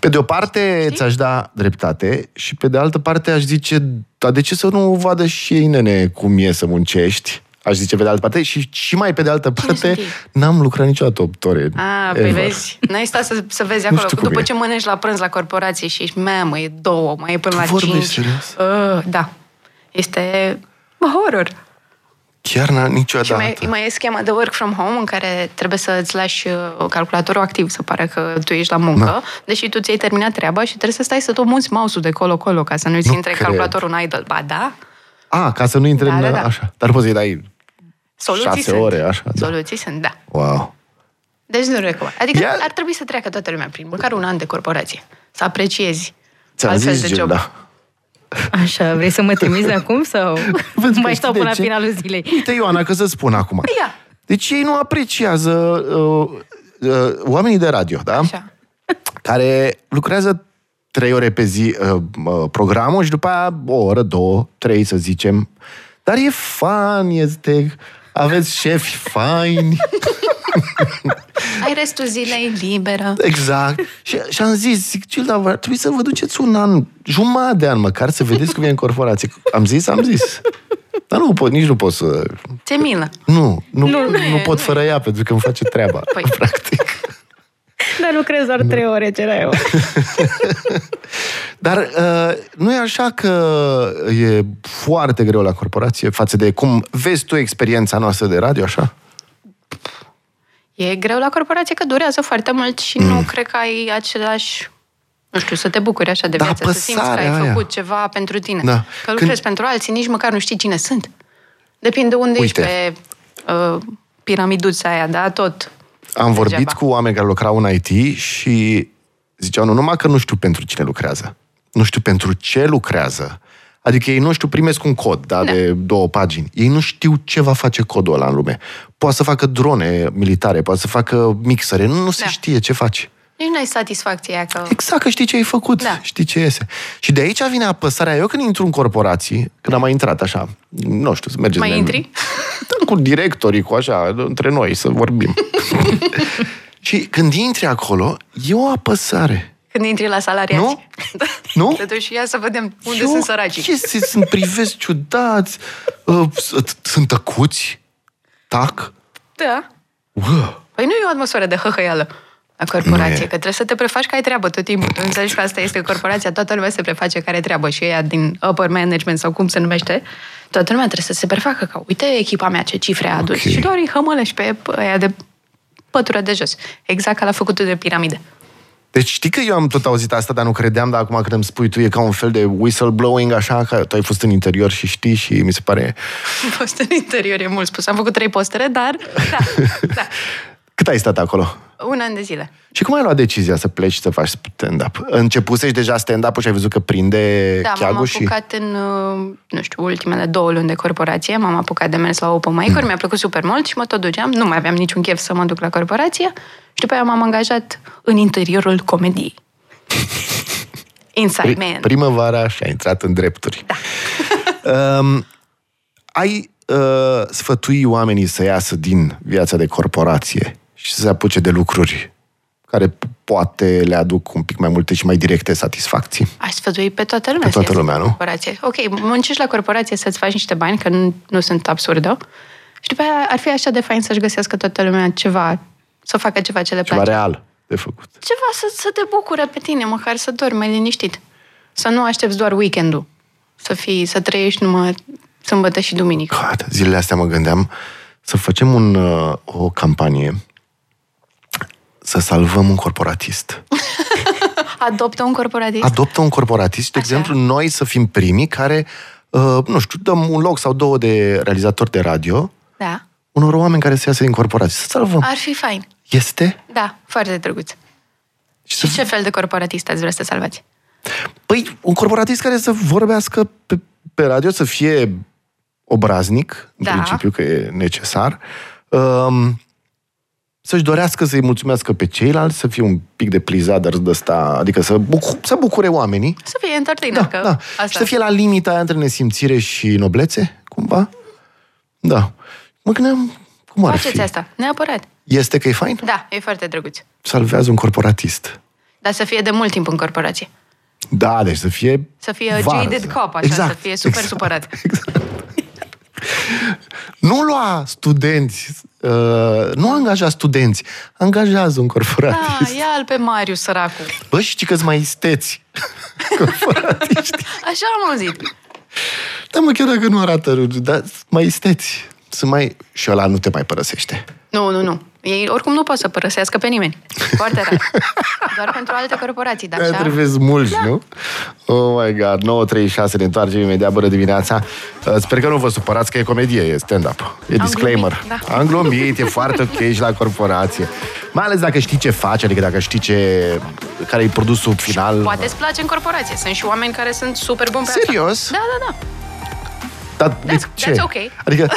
Speaker 2: Pe de o parte Știi? ți-aș da dreptate și pe de altă parte aș zice, dar de ce să nu vadă și ei, nene, cum e să muncești? Aș zice pe de altă parte și, și mai pe de altă
Speaker 3: Cine
Speaker 2: parte,
Speaker 3: sunt ei?
Speaker 2: n-am lucrat niciodată 8 ore.
Speaker 3: A, păi
Speaker 2: ever.
Speaker 3: vezi, n-ai stat să, să vezi
Speaker 2: Nu
Speaker 3: acolo.
Speaker 2: știu cum
Speaker 3: După
Speaker 2: e.
Speaker 3: ce mănânci la prânz la corporație și ești, mamă, e două, mai e până la
Speaker 2: Vorbești
Speaker 3: cinci.
Speaker 2: serios?
Speaker 3: Uh, da. Este horror.
Speaker 2: Chiar n-am
Speaker 3: Și
Speaker 2: niciodată.
Speaker 3: mai, mai e schema de work from home în care trebuie să îți lași uh, calculatorul activ să pare că tu ești la muncă,
Speaker 2: Da.
Speaker 3: deși tu ți-ai terminat treaba și trebuie să stai să tot muți mouse-ul de colo-colo ca să nu-ți
Speaker 2: Nu
Speaker 3: intre
Speaker 2: cred.
Speaker 3: calculatorul în idle. Ba da,
Speaker 2: A, ca să nu intre
Speaker 3: Da,
Speaker 2: în...
Speaker 3: da, da.
Speaker 2: Așa. Dar poți să-i dai...
Speaker 3: soluții
Speaker 2: Șase
Speaker 3: sunt.
Speaker 2: ore, așa, da.
Speaker 3: Soluții sunt, da.
Speaker 2: Wow.
Speaker 3: Deci nu recomand. Adică
Speaker 2: Ia-
Speaker 3: ar trebui să treacă toată lumea prin măcar un an de corporație. Să apreciezi
Speaker 2: Ți-am
Speaker 3: altfel
Speaker 2: zis, da.
Speaker 3: de job. (laughs)
Speaker 2: Gilda.
Speaker 1: Așa, vrei să mă trimiți acum
Speaker 2: (laughs)
Speaker 1: sau
Speaker 2: Vezi că știi
Speaker 1: mai stau
Speaker 2: de
Speaker 1: până la
Speaker 2: ce?
Speaker 1: finalul zilei?
Speaker 2: Uite, Ioana, că să spun acum.
Speaker 3: Ia.
Speaker 2: Deci ei nu apreciază uh, uh, oamenii de radio, da?
Speaker 3: Așa.
Speaker 2: Care lucrează trei ore pe zi uh, uh, programul și după aia o oră, două, trei să zicem. Dar e fan, este... Aveți șefi faini.
Speaker 3: Ai restul zilei liberă.
Speaker 2: Exact. Și, și am zis, zic, Gilda, ar trebui să vă duceți un an, jumătate de an măcar, să vedeți cum e în corporație. Am zis, am zis. Dar nu pot, nici nu pot să...
Speaker 3: Ți-e milă.
Speaker 2: Nu, nu,
Speaker 1: Nu,
Speaker 2: nu,
Speaker 1: nu e,
Speaker 2: nu pot fără ea, pentru că îmi face treaba,
Speaker 3: Păi.
Speaker 2: păi. (laughs) practic.
Speaker 1: Dar lucrez doar trei ore, ce era eu.
Speaker 2: Dar uh, nu e așa că e foarte greu la corporație față de cum vezi tu experiența noastră de radio, așa?
Speaker 3: E greu la corporație că durează foarte mult și mm. nu cred că ai același... Nu știu, să te bucuri așa de
Speaker 2: Da,
Speaker 3: viață, să simți că ai
Speaker 2: apăsarea aia.
Speaker 3: făcut ceva pentru tine.
Speaker 2: Da.
Speaker 3: Că
Speaker 2: Când-
Speaker 3: lucrezi pentru alții, nici măcar nu știi cine sunt. Depinde unde
Speaker 2: Uite.
Speaker 3: ești pe uh, piramiduța aia, da? Tot.
Speaker 2: Am vorbit
Speaker 3: Degeaba.
Speaker 2: cu oameni care lucrau în IT și ziceau, nu numai că nu știu pentru cine lucrează, nu știu pentru ce lucrează. Adică ei, nu știu, primesc un cod da,
Speaker 3: Da.
Speaker 2: de două pagini. Ei nu știu ce va face codul ăla în lume. Poate să facă drone militare, poate să facă mixere, nu, nu se
Speaker 3: Da.
Speaker 2: știe ce faci.
Speaker 3: Nici n-ai satisfacția aia că...
Speaker 2: Exact, că știi ce ai făcut,
Speaker 3: Da.
Speaker 2: știi ce iese. Și de aici vine apăsarea. Eu când intru în corporații, când am mai intrat așa, nu știu, să mergem...
Speaker 3: Mai intri?
Speaker 2: Da, (laughs) cu directorii, cu așa, între noi, să
Speaker 3: (laughs)
Speaker 2: vorbim. și când intri acolo, e o apăsare.
Speaker 3: Când intri la salariați.
Speaker 2: Nu?
Speaker 3: (laughs)
Speaker 2: Nu?
Speaker 3: Te duci și ia să vedem unde
Speaker 2: E o
Speaker 3: sunt săracii.
Speaker 2: Chestie, sunt privesc ciudați, uh, s- sunt tăcuți, tac.
Speaker 3: Da.
Speaker 2: Uă,
Speaker 3: Păi nu e o atmosferă de hăhăială la corporație,
Speaker 2: Nu e.
Speaker 3: că trebuie să te prefaci că ai treabă tot timpul. Tu înțelegi că asta este corporația, toată lumea se preface că are treabă și ea din upper management sau cum se numește, toată lumea trebuie să se prefacă că uite echipa mea ce cifre a adus
Speaker 2: Ok.
Speaker 3: și doar îi hămălești pe aia de pătură de jos. Exact ca la făcutul de piramide. (laughs)
Speaker 2: Deci știi că eu am tot auzit asta, dar nu credeam, dar acum când îmi spui tu, e ca un fel de whistleblowing, așa, că tu ai fost în interior și știi și mi se pare...
Speaker 3: Am fost în interior, e mult spus. Am făcut trei postere, dar da, da.
Speaker 2: Cât ai stat acolo?
Speaker 3: Un an de zile.
Speaker 2: Și cum ai luat decizia să pleci să faci stand-up? Începusești deja stand-up-ul și ai văzut că prinde
Speaker 3: Da, m-am
Speaker 2: cheagul și...
Speaker 3: apucat în, uh, nu știu, ultimele două luni de corporație, m-am apucat de mers la open
Speaker 2: Hmm.
Speaker 3: mic mi-a plăcut super mult și mă tot duceam, nu mai aveam niciun chef să mă duc la corporație și după aia m-am angajat în interiorul
Speaker 2: (laughs)
Speaker 3: comediei. Inside Man.
Speaker 2: Primăvara și ai intrat în drepturi. Da. (laughs) um, ai uh, sfătui oamenii să iasă din viața de corporație și să se apuce de lucruri care p- poate le aduc un pic mai multe și mai directe satisfacții.
Speaker 3: Aș sfătui pe toată lumea.
Speaker 2: Pe
Speaker 3: să
Speaker 2: toată
Speaker 3: iasă
Speaker 2: lumea,
Speaker 3: la
Speaker 2: nu?
Speaker 3: Corporație. Ok, muncești la corporație să-ți faci niște bani, că nu, nu sunt absurdă. Și după aia ar fi așa de fain să-și găsească toată lumea ceva, să facă ceva ce le
Speaker 2: Ceva
Speaker 3: place.
Speaker 2: real de făcut.
Speaker 3: ceva să, să te bucure pe tine, măcar să dormi liniștit. Să nu aștepți doar weekendul. Să fii, să trăiești numai sâmbătă și
Speaker 2: (laughs)
Speaker 3: duminică.
Speaker 2: God, zilele astea mă gândeam să facem un, uh, o campanie să salvăm un corporatist.
Speaker 3: Adoptă un corporatist.
Speaker 2: adoptă un corporatist, de
Speaker 3: Așa.
Speaker 2: exemplu, noi să fim primii care, uh, nu știu, dăm un loc sau două de realizatori de radio
Speaker 3: da.
Speaker 2: unor oameni care să iasă din corporații. Să salvăm.
Speaker 3: Ar fi fain.
Speaker 2: Este?
Speaker 3: Da, foarte drăguț.
Speaker 2: Și să...
Speaker 3: Și ce fel de corporatist ați vrea să salvați?
Speaker 2: Păi, un corporatist care să vorbească pe, pe radio, să fie obraznic, în
Speaker 3: Da.
Speaker 2: principiu că e necesar, um, să-și dorească să-i mulțumească pe ceilalți, să fie un pic de plizat, dar de ăsta, adică să, buc- să bucure oamenii.
Speaker 3: Să fie entertainer, că
Speaker 2: da, da.
Speaker 3: asta.
Speaker 2: Și să fie la limita aia între nesimțire și noblețe, cumva. Da. Mă gândeam, cum ar
Speaker 3: Faceți
Speaker 2: fi?
Speaker 3: asta, neapărat.
Speaker 2: Este că e fain?
Speaker 3: Da, e foarte drăguț.
Speaker 2: Salvează un corporatist.
Speaker 3: Dar să fie de mult timp în corporație.
Speaker 2: Da, deci să fie... da.
Speaker 3: Să fie jaded cop, așa, să fie super
Speaker 2: (laughs)
Speaker 3: supărat.
Speaker 2: Exact. nu lua studenți, uh, nu angaja studenți, angajează un corporatist.
Speaker 3: Da, ia-l pe Marius, săracul.
Speaker 2: Bă, și știi că mai isteți.
Speaker 3: Așa am auzit.
Speaker 2: Da, mă, chiar dacă nu arată rugi, dar mai isteți. Sunt mai... Și ăla nu te mai părăsește.
Speaker 3: Nu, nu, nu. Ei oricum nu pot să părăsească pe nimeni. Foarte rar. Doar pentru alte corporații, dar
Speaker 2: Da,
Speaker 3: așa...
Speaker 2: trebuie mulți, da. nu? Oh my God, 9.36, ne întoarcem imediat, bună dimineața. Uh, Sper că nu vă supărați că e comedie, e stand-up, e disclaimer.
Speaker 3: glumit, da.
Speaker 2: Am glumit, e foarte ok și la corporație. Mai ales dacă știi ce faci, adică dacă știi ce, care e produsul final.
Speaker 3: Poate îți place în corporație. Sunt și oameni care sunt super buni pe
Speaker 2: Serios?
Speaker 3: Asta. Da, da, da.
Speaker 2: Dar de
Speaker 3: That's-
Speaker 2: ce?
Speaker 3: that's ok. (laughs)
Speaker 2: Adică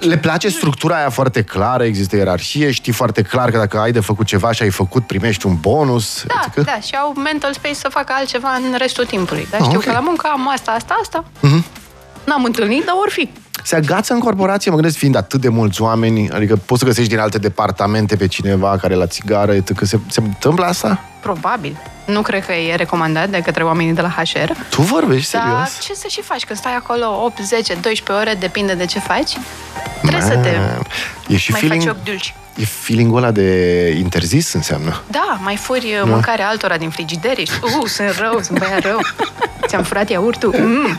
Speaker 2: le place structura aia foarte clară, există ierarhie, știi foarte clar că dacă ai de făcut ceva și ai făcut, primești un bonus.
Speaker 3: Da,
Speaker 2: adică...
Speaker 3: da, și au mental space să facă altceva în restul timpului. Dar
Speaker 2: Ah,
Speaker 3: știu
Speaker 2: ok. Mhm.
Speaker 3: că la muncă am asta, asta, asta. N-am întâlnit, dar ori fi.
Speaker 2: Se agață în corporație, mă gândesc, fiind atât de mulți oameni, adică poți să găsești din alte departamente pe cineva care e la țigară, etc. că se, se întâmplă asta?
Speaker 3: Probabil. Nu cred că e recomandat de către oamenii de la HR.
Speaker 2: Tu vorbești
Speaker 3: Dar
Speaker 2: serios?
Speaker 3: Da, ce să și faci când stai acolo 8, 10, 12 ore, depinde de ce faci. Trebuie să te
Speaker 2: Man, E și
Speaker 3: mai
Speaker 2: feeling,
Speaker 3: faci 8 dulci.
Speaker 2: e feeling-ul ăla de interzis înseamnă.
Speaker 3: Da, mai furi da. mâncarea altora din frigider. Ești, uh, sunt rău, sunt băiat rău. Ți-am furat iaurtul. Mm.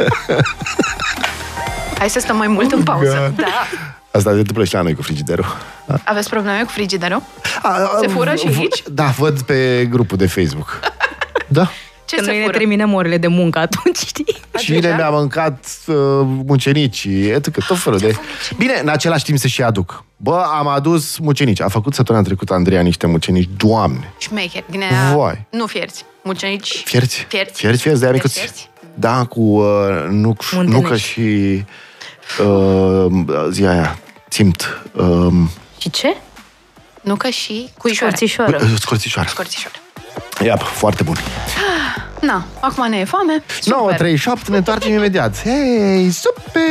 Speaker 3: Hai să stăm mai mult în pauză.
Speaker 2: God.
Speaker 3: Da.
Speaker 2: Asta se întâmplă și la noi cu frigiderul. A,
Speaker 3: Aveți probleme cu frigiderul?
Speaker 2: a,
Speaker 3: Se fură
Speaker 2: v-
Speaker 3: și
Speaker 2: v-
Speaker 3: aici?
Speaker 2: Da, văd pe grupul de
Speaker 3: (laughs)
Speaker 2: Facebook. Da.
Speaker 3: Ce
Speaker 1: Că noi
Speaker 3: se
Speaker 1: ne
Speaker 3: fură?
Speaker 1: terminăm orele de muncă atunci, știi?
Speaker 3: da?
Speaker 2: Cine mi-a mâncat uh, mucenicii, etc. Tot felul de... Bine, în același timp se și aduc. Bă, am adus mucenici. A făcut săptămâna trecută Andreea niște mucenici. Doamne!
Speaker 3: Șmecher. Din aia,
Speaker 2: Vai.
Speaker 3: Nu fierți. Mucenici.
Speaker 2: Fierți?
Speaker 3: Fierți.
Speaker 2: Fierți, fierți, de-aia micuți.
Speaker 3: Fierți, fierți.
Speaker 2: Da, cu uh, nuc,
Speaker 1: Muntenești.
Speaker 2: nucă și uh, zi aia, țimt, uh,
Speaker 1: Și ce?
Speaker 3: Nu că și cuișoare.
Speaker 1: Șorțișoară.
Speaker 2: scorțișoară.
Speaker 3: Scorțișoare.
Speaker 2: Iap, foarte bun.
Speaker 3: Na, acum ne e foame. Super.
Speaker 2: 937, ne întoarcem imediat. Hei, super!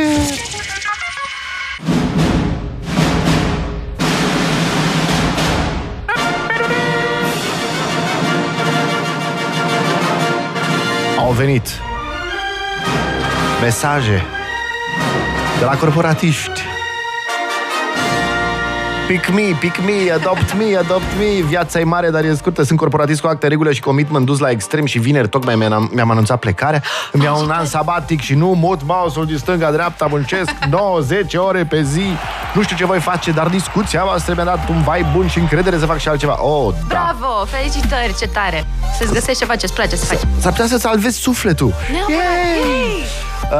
Speaker 2: Au venit mesaje de la corporatiști. Pick me, pick me, adopt me, adopt me. Viața e mare, dar e scurtă. Sunt corporatist cu acte regulă și commitment dus la extrem și vineri tocmai mi-am, mi-am anunțat plecarea. Îmi iau un an sabatic și nu mut mouse-ul din stânga-dreapta, muncesc 9-10 ore pe zi. Nu știu ce voi face, dar discuția voastră mi-a dat un vibe bun și încredere să fac și altceva. Oh, da.
Speaker 3: Bravo, felicitări, ce tare. Să-ți găsești ceva ce-ți place să faci.
Speaker 2: S-ar putea să-ți salvezi sufletul.
Speaker 3: Neapărat, yay!
Speaker 2: Uh,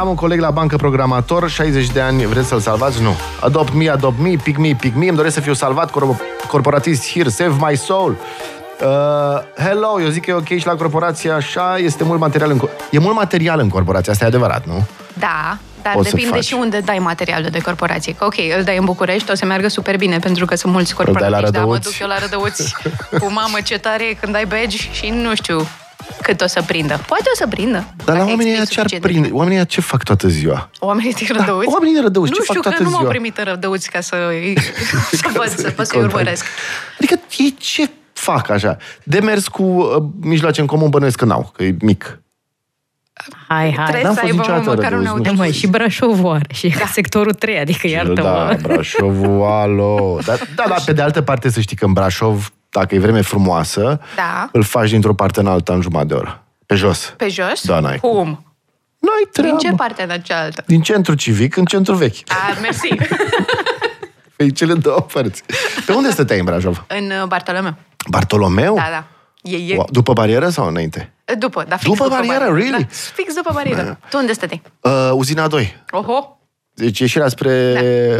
Speaker 2: am un coleg la bancă programator, 60 de ani, vreți să-l salvați? Nu. Adopt me, adopt me, pick me, pick me, îmi doresc să fiu salvat, cor- corporatist here, save my soul. Uh, hello, eu zic că e ok și la corporație așa, este mult material în co- E mult material în corporație, asta e adevărat, nu?
Speaker 3: Da, dar
Speaker 2: Poți să
Speaker 3: depinde
Speaker 2: faci.
Speaker 3: și unde dai materialul de corporație. Că ok, îl dai în București, o să meargă super bine, pentru că sunt mulți
Speaker 2: dai la
Speaker 3: corporații. Da, mă
Speaker 2: Rădăuți.
Speaker 3: duc eu la Rădăuți cu mamă ce tare e când ai badge și nu știu cât o să prindă. Poate o să prindă.
Speaker 2: Dar
Speaker 3: dacă
Speaker 2: la oamenii
Speaker 3: explici
Speaker 2: ăia ce ar
Speaker 3: suficient de
Speaker 2: prinde? Oamenii ăia ce fac toată ziua?
Speaker 3: bine. Oamenii din Rădăuți?
Speaker 2: oamenii din Rădăuți,
Speaker 3: nu
Speaker 2: ce fac
Speaker 3: știu
Speaker 2: toată
Speaker 3: că nu m-au
Speaker 2: ziua?
Speaker 3: primit în Rădăuți ca
Speaker 2: (laughs)
Speaker 3: să, să văd, să pot să-i
Speaker 2: Contact.
Speaker 3: urmăresc.
Speaker 2: Adică ei ce fac așa? Demers cu uh, mijloace în comun bănuiesc că n-au, că e mic.
Speaker 1: Hai, hai.
Speaker 3: Trebuie
Speaker 2: N-am
Speaker 3: să
Speaker 2: fost
Speaker 3: aibă
Speaker 2: niciodată
Speaker 3: măcar un
Speaker 2: Rădăuți, nu
Speaker 1: Da,
Speaker 3: audio.
Speaker 1: mă, și Brașovul are, și da. sectorul 3, adică
Speaker 2: Da,
Speaker 1: iartă-mă.
Speaker 2: Brașovul, alo. Da, da, da, pe de altă parte să știi că în Brașov, dacă e vreme frumoasă,
Speaker 3: Da.
Speaker 2: îl faci dintr-o parte în alta în jumătate de oră. Pe jos.
Speaker 3: Pe jos?
Speaker 2: Da, n-ai cum.
Speaker 3: Cum?
Speaker 2: N-ai treabă.
Speaker 3: Din ce parte în cealaltă?
Speaker 2: Din centru civic în centru vechi.
Speaker 3: Ah,
Speaker 2: (laughs)
Speaker 3: mersi.
Speaker 2: Pe cele două părți. Pe unde stăteai în Brașov?
Speaker 3: în uh, Bartolomeu.
Speaker 2: Bartolomeu?
Speaker 3: Da, da. E, e
Speaker 2: Wow. După barieră sau înainte?
Speaker 3: După, da, fix
Speaker 2: După
Speaker 3: după,
Speaker 2: barieră, really?
Speaker 3: Da, fix după barieră. Tu unde stăteai?
Speaker 2: Uh, uzina 2.
Speaker 3: Oho!
Speaker 2: Deci ieșirea spre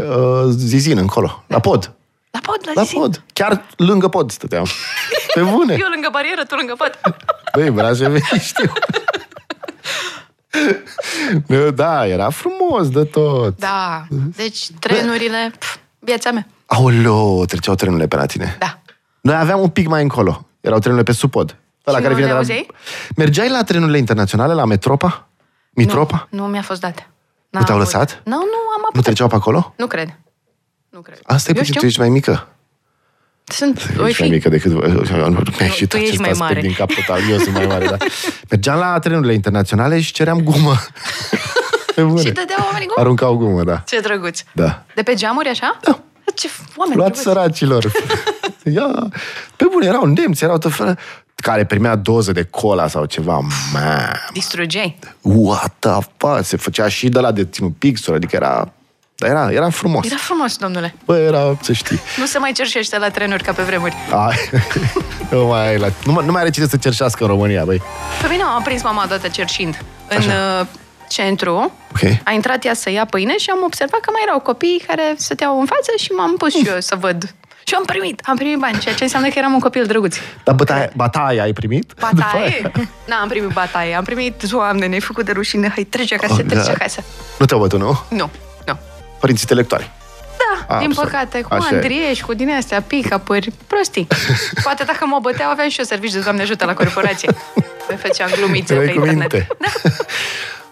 Speaker 2: da. uh, Zizin, încolo. Da. La pod.
Speaker 3: La pod, la,
Speaker 2: La
Speaker 3: zi.
Speaker 2: pod. Chiar lângă pod
Speaker 3: (laughs)
Speaker 2: stăteam. Pe bune.
Speaker 3: Eu lângă barieră, tu lângă
Speaker 2: (laughs)
Speaker 3: pod.
Speaker 2: Băi, brașoveii (laughs) știu. Nu, Da, era frumos de tot.
Speaker 3: Da, deci trenurile, pf, viața mea.
Speaker 2: Aoleo, treceau trenurile pe la tine.
Speaker 3: Da.
Speaker 2: Noi aveam un pic mai încolo. Erau trenurile pe supod. Ăla
Speaker 3: Și
Speaker 2: care vine
Speaker 3: nu le
Speaker 2: de la...
Speaker 3: auzeai?
Speaker 2: Mergeai la trenurile internaționale, la Metropa? Mitropa?
Speaker 3: Nu, nu mi-a fost dat.
Speaker 2: Nu te-au lăsat?
Speaker 3: Nu, nu, am
Speaker 2: Nu
Speaker 3: apucat.
Speaker 2: treceau pe acolo?
Speaker 3: Nu cred. Nu cred.
Speaker 2: Asta e
Speaker 3: Eu
Speaker 2: pentru că tu
Speaker 3: știu.
Speaker 2: ești mai mică.
Speaker 3: Sunt, voi
Speaker 2: Ești mai
Speaker 3: fi.
Speaker 2: mică decât... Mi-a ieșit
Speaker 1: tu ești
Speaker 2: acest
Speaker 1: mai
Speaker 2: aspect
Speaker 1: mare.
Speaker 2: din cap total. Eu sunt mai mare, da. Mergeam la trenurile internaționale și ceream
Speaker 3: (laughs)
Speaker 2: gumă. Pe bune.
Speaker 3: Și dădeau oamenii gol?
Speaker 2: Aruncau gumă, da.
Speaker 3: Ce drăguț.
Speaker 2: Da.
Speaker 3: De pe geamuri, așa? Da. Ce f- oameni
Speaker 2: Luați
Speaker 3: drăguți.
Speaker 2: săracilor. Ia. Pe bune, erau nemți, erau tot fel care primea doză de cola sau ceva. Man.
Speaker 3: Distrugeai.
Speaker 2: What the fuck? Se făcea și de la de ținut pixul, adică era... Dar era, era frumos.
Speaker 3: Era frumos, domnule.
Speaker 2: Bă, era, să știi.
Speaker 3: Nu se mai cerșește la trenuri ca pe vremuri.
Speaker 2: Ai, (laughs) nu, mai ai la, nu, mai- nu mai are cine să cerșească în România, băi.
Speaker 3: Pe mine m-a prins mama odată cerșind în
Speaker 2: Așa.
Speaker 3: uh, centru.
Speaker 2: Ok.
Speaker 3: A intrat ea să ia pâine și am observat că mai erau copii care stăteau în față și m-am pus și eu să văd. Și am primit, am primit bani, ceea ce înseamnă că eram un copil drăguț.
Speaker 2: Dar bătaia, bataia ai primit? După aia?
Speaker 3: Bataie? (laughs) Na, am primit bataie, am primit, doamne, ne-ai făcut de rușine, hai, trece acasă,
Speaker 2: Oh,
Speaker 3: trece
Speaker 2: da.
Speaker 3: acasă.
Speaker 2: Nu te-au bătut, nu?
Speaker 3: Nu, nu.
Speaker 2: Părinți intelectuali.
Speaker 3: Da, din
Speaker 2: Absolut.
Speaker 3: păcate, cu
Speaker 2: Așa e.
Speaker 3: Andrieș, cu din astea, pica, pări,
Speaker 2: (laughs)
Speaker 3: prostii. Poate dacă mă băteau, aveam și eu servici de Doamne ajută la corporație.
Speaker 2: (laughs)
Speaker 3: Me făceam glumițe pe
Speaker 2: Trei (laughs)
Speaker 3: internet. (laughs) Da.
Speaker 2: cuvinte.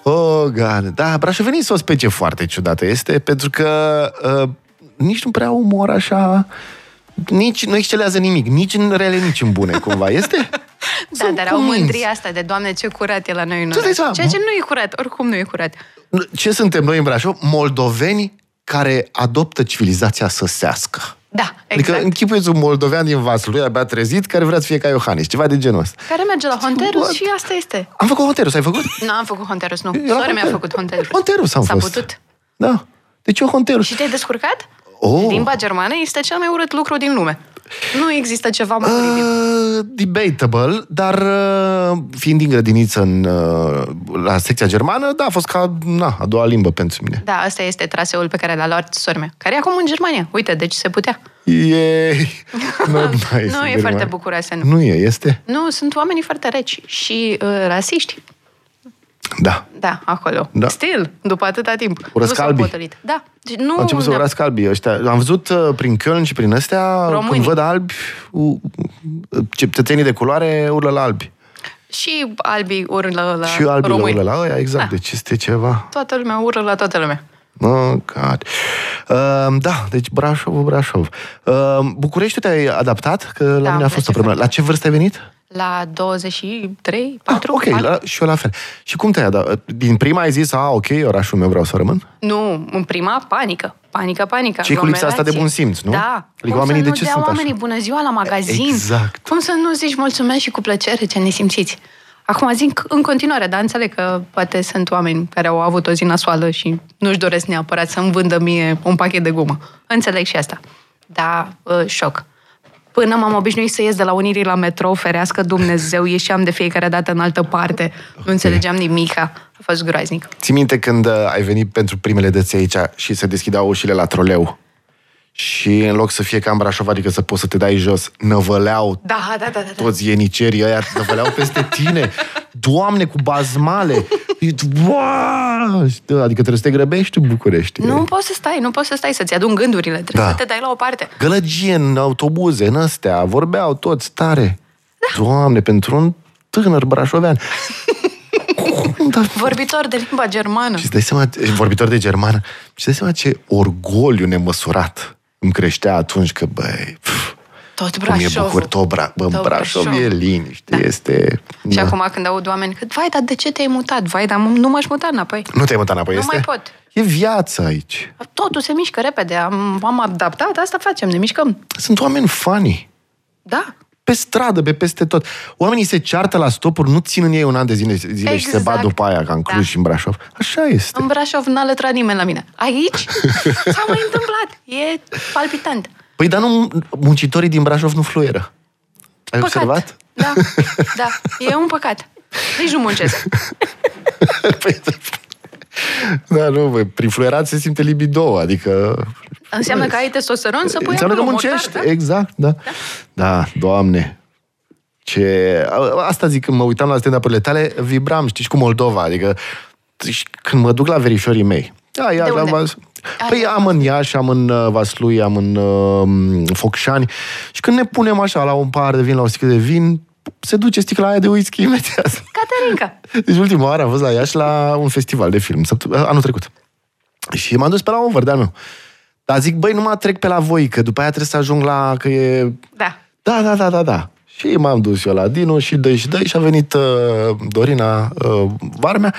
Speaker 2: Oh, God. Da, brașovenii sunt o specie foarte ciudată. Este pentru că uh, nici nu prea au umor așa... Nici nu excelează nimic, nici în rele, nici în bune, cumva. Este?
Speaker 3: (laughs) Da,
Speaker 2: Sunt
Speaker 3: dar au
Speaker 2: convins.
Speaker 3: mândria asta de Doamne ce curat e la noi în
Speaker 2: Tu dai
Speaker 3: oraș.
Speaker 2: seama,
Speaker 3: Ceea ce nu e curat, oricum nu e curat.
Speaker 2: Ce suntem noi în Brașov? Moldoveni care adoptă civilizația săsească.
Speaker 3: Da,
Speaker 2: Adică
Speaker 3: exact.
Speaker 2: închipuiți un moldovean din vasul lui, abia trezit, care vrea să fie ca Iohannis, ceva de genul ăsta.
Speaker 3: Care merge la Honterus
Speaker 2: what?
Speaker 3: și asta este.
Speaker 2: Am făcut Honterus, ai făcut?
Speaker 3: Nu am făcut Honterus, nu.
Speaker 2: Eu la
Speaker 3: Sora mi-a
Speaker 2: Honterus.
Speaker 3: făcut Honterus.
Speaker 2: Honterus am
Speaker 3: S-a
Speaker 2: fost.
Speaker 3: putut.
Speaker 2: Da. Deci eu Honterus.
Speaker 3: Și te-ai descurcat?
Speaker 2: Oh.
Speaker 3: Limba germană este cel mai urât lucru din lume. Nu există ceva mai oribil.
Speaker 2: Uh, debatable, dar uh, fiind din grădiniță în, uh, la secția germană, da, a fost ca na, a doua limbă pentru mine.
Speaker 3: Da, asta este traseul pe care l-a luat sormea, care e acum în Germania. Uite, deci se putea.
Speaker 2: Yay! Nu,
Speaker 3: (laughs)
Speaker 2: mai este
Speaker 3: e
Speaker 2: germană.
Speaker 3: foarte bucuroasă, nu.
Speaker 2: Nu e, este?
Speaker 3: Nu, sunt oamenii foarte reci și uh, rasiști.
Speaker 2: Da.
Speaker 3: Da, acolo.
Speaker 2: Da.
Speaker 3: Still, după atâta timp.
Speaker 2: Urăsc
Speaker 3: nu s-au
Speaker 2: albii.
Speaker 3: potolit. Da. Deci nu,
Speaker 2: Au început să
Speaker 3: da.
Speaker 2: urasc albii ăștia. Am văzut uh, prin Köln și prin astea,
Speaker 3: Românii.
Speaker 2: când văd albi, u- u- cetățenii de culoare urlă la albi.
Speaker 3: Și albii urlă la
Speaker 2: și albii le
Speaker 3: Da, români.
Speaker 2: urlă la ăia, exact.
Speaker 3: Da.
Speaker 2: Deci este ceva...
Speaker 3: Toată lumea urlă la toată lumea.
Speaker 2: Oh, God. Uh, da, deci Brașov, Brașov. Uh, București te-ai adaptat? Că la
Speaker 3: Da,
Speaker 2: mine a
Speaker 3: îmi
Speaker 2: fost
Speaker 3: place
Speaker 2: o problemă. La ce vârstă ai venit?
Speaker 3: La 23,
Speaker 2: Ah,
Speaker 3: 4,
Speaker 2: ok,
Speaker 3: 4?
Speaker 2: la, și eu la fel. Și cum te-ai adaptat? Din prima ai zis, a, ok, orașul meu vreau să rămân?
Speaker 3: Nu, în prima, panică. Panică, panică.
Speaker 2: Și cu lipsa asta de bun simț, nu?
Speaker 3: Da.
Speaker 2: Adică
Speaker 3: Cum
Speaker 2: oamenii
Speaker 3: să
Speaker 2: de
Speaker 3: nu
Speaker 2: ce
Speaker 3: dea
Speaker 2: sunt așa?
Speaker 3: oamenii bună ziua la magazin?
Speaker 2: Exact.
Speaker 3: Cum să nu zici mulțumesc și cu plăcere ce ne simțiți? Acum zic în continuare, dar înțeleg că poate sunt oameni care au avut o zi nasoală și nu-și doresc neapărat să-mi vândă mie un pachet de gumă. Înțeleg și asta. Da, ă, șoc. Până m-am obișnuit să ies de la Unirii la metrou, ferească Dumnezeu, (laughs) ieșeam de fiecare dată în altă parte. Nu înțelegeam nimica. A fost groaznic.
Speaker 2: Ți minte când uh, ai venit pentru primele dăți aici și se deschideau ușile la troleu? Și în loc să fie ca în Brașov, adică să poți să te dai jos, năvăleau
Speaker 3: Da, da, da, da. da.
Speaker 2: toți ienicerii ăia năvăleau peste tine. Doamne, cu bazmale! Uau! Adică trebuie să te grăbești în București.
Speaker 3: Nu poți să stai, nu poți să stai să-ți adun gândurile. Trebuie
Speaker 2: Da.
Speaker 3: da. să te dai la o parte.
Speaker 2: Gălăgie în autobuze, în astea, vorbeau toți tare.
Speaker 3: Da.
Speaker 2: Doamne, pentru un tânăr brașovean. Cum, dar...
Speaker 3: Vorbitor de limba germană.
Speaker 2: Și îți dai seama, vorbitor de germană, și îți dai seama ce orgoliu nemăsurat îmi creștea atunci că, băi, pf,
Speaker 3: Tot
Speaker 2: cum e
Speaker 3: Brașovul.
Speaker 2: Bucur, tot Bra- bă, în
Speaker 3: Tot
Speaker 2: Brașov e
Speaker 3: Brașov. Da.
Speaker 2: liniște, este...
Speaker 3: Și
Speaker 2: na.
Speaker 3: acum când aud oameni că, vai, dar de ce te-ai mutat? Vai, dar m- nu m-aș muta înapoi.
Speaker 2: Nu te-ai mutat înapoi,
Speaker 3: Nu
Speaker 2: este?
Speaker 3: mai pot.
Speaker 2: E viața aici.
Speaker 3: Totul se mișcă repede. Am, am adaptat, asta facem, ne mișcăm.
Speaker 2: Sunt oameni funny.
Speaker 3: Da.
Speaker 2: Pe stradă, pe peste tot. Oamenii se ceartă la stopuri, nu țin în ei un an de zile, zile și se
Speaker 3: Exact.
Speaker 2: bat după aia, ca în Cluj
Speaker 3: Da.
Speaker 2: și în Brașov. Așa este.
Speaker 3: În Brașov n-a lătrat nimeni la mine.
Speaker 2: (laughs)
Speaker 3: Aici s-a mai întâmplat. E palpitant.
Speaker 2: Păi, dar nu, muncitorii din Brașov nu fluieră. Ai
Speaker 3: Păcat. (laughs)
Speaker 2: observat?
Speaker 3: Da, da. E un păcat. Nici nu muncesc.
Speaker 2: Păi, da, nu, băi, prin fluierat se simte libido, adică...
Speaker 3: Înseamnă că ai testosteron să pui
Speaker 2: Înseamnă că
Speaker 3: acolo, mortar,
Speaker 2: muncești,
Speaker 3: da?
Speaker 2: exact, da. Da, doamne. Ce... a- Asta zic, când mă uitam la stand-up-urile tale, vibram, știi, și cu Moldova, adică și când mă duc la verișorii mei. Da, ia,
Speaker 3: De
Speaker 2: la-
Speaker 3: unde? Ai-
Speaker 2: Păi am în Iași, am în uh, Vaslui, am în uh, Focșani și când ne punem așa la un pahar de vin, la o sticlă de vin, se duce sticla aia de whisky imediat.
Speaker 3: Caterinca!
Speaker 2: Deci ultima oară am fost la Iași la un festival de film, săpt- anul trecut. Și m-am dus pe la un de meu. Dar zic, băi, nu mă trec pe la voi, că după aia trebuie să ajung la... că e
Speaker 3: Da.
Speaker 2: da, da, da, da, da. Și m-am dus eu la Dinu și dă și dă și a venit uh, Dorina uh, Varmea.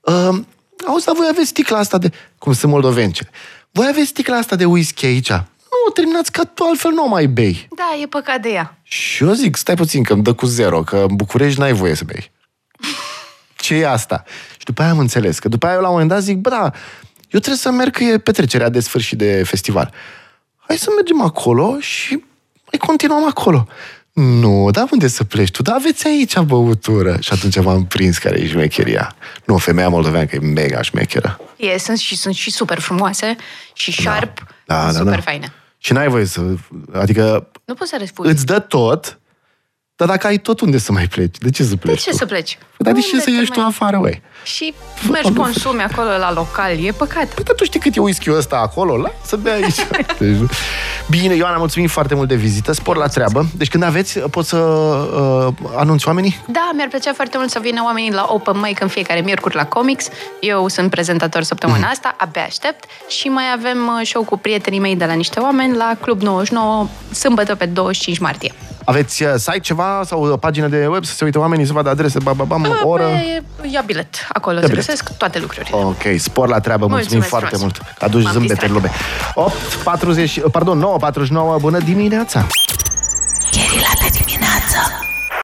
Speaker 2: Uh, auzi, dar voi aveți sticla asta de... Cum sunt moldovence. Voi aveți sticla asta de whisky aici? Nu, terminați că tu altfel nu o mai bei.
Speaker 3: Da, e păcat de ea.
Speaker 2: Și eu zic, stai puțin că îmi dă cu zero, că în București n-ai voie să bei. Ce e asta? Și după aia am înțeles, că după aia eu la un moment dat zic, bă, da, eu trebuie să merg, că e petrecerea de sfârșit de festival. Hai să mergem acolo și mai continuăm acolo. Nu, dar unde să pleci tu? Dar aveți aici băutură. Și atunci m-am prins care e șmecheria. Nu, femeia moldoveancă e mega șmecheră.
Speaker 3: E, sunt și, sunt și super frumoase și sharp,
Speaker 2: Da, da,
Speaker 3: super
Speaker 2: da.
Speaker 3: faine.
Speaker 2: Și n-ai voie să... Adică
Speaker 3: Nu poți să refuzi.
Speaker 2: îți dă tot, dar dacă ai tot, unde să mai pleci? De ce să pleci
Speaker 3: De ce
Speaker 2: tu? Păi,
Speaker 3: să pleci?
Speaker 2: Dar de ce
Speaker 3: Unde
Speaker 2: să
Speaker 3: te
Speaker 2: ieși tu
Speaker 3: mai-
Speaker 2: afară, băi?
Speaker 3: Și mergi consumi acolo la local, e păcat.
Speaker 2: Păi, dar tu știi cât e whisky-ul ăsta acolo? La, să bea
Speaker 3: (laughs)
Speaker 2: aici. Deci, nu. Bine, Ioana, mulțumim foarte mult de vizită. Spor la treabă. Deci când aveți, poți să uh, anunți oamenii?
Speaker 3: Da, mi-ar plăcea foarte mult să vină oamenii la Open Mic în fiecare miercuri la Comics. Eu sunt prezentator
Speaker 2: Mm.
Speaker 3: săptămâna asta, abia aștept. Și mai avem uh, show cu prietenii mei de la niște oameni la Club 99, sâmbătă pe 25 martie.
Speaker 2: Aveți uh, site ceva sau o pagină de web să se uită oamenii, să vadă adrese, ba, ba, bam,
Speaker 3: Ah,
Speaker 2: o oră?
Speaker 3: Pe, Păi, ia bilet, acolo se
Speaker 2: bilet.
Speaker 3: găsesc toate lucrurile.
Speaker 2: Ok, spor la treabă, mulțumim
Speaker 3: Mulțumesc
Speaker 2: foarte
Speaker 3: frumos.
Speaker 2: mult. Aduci
Speaker 3: M-am
Speaker 2: zâmbete în
Speaker 3: distrat.
Speaker 2: lume. 8, 40, pardon, 9, 49, bună dimineața!
Speaker 4: Ieri la dimineață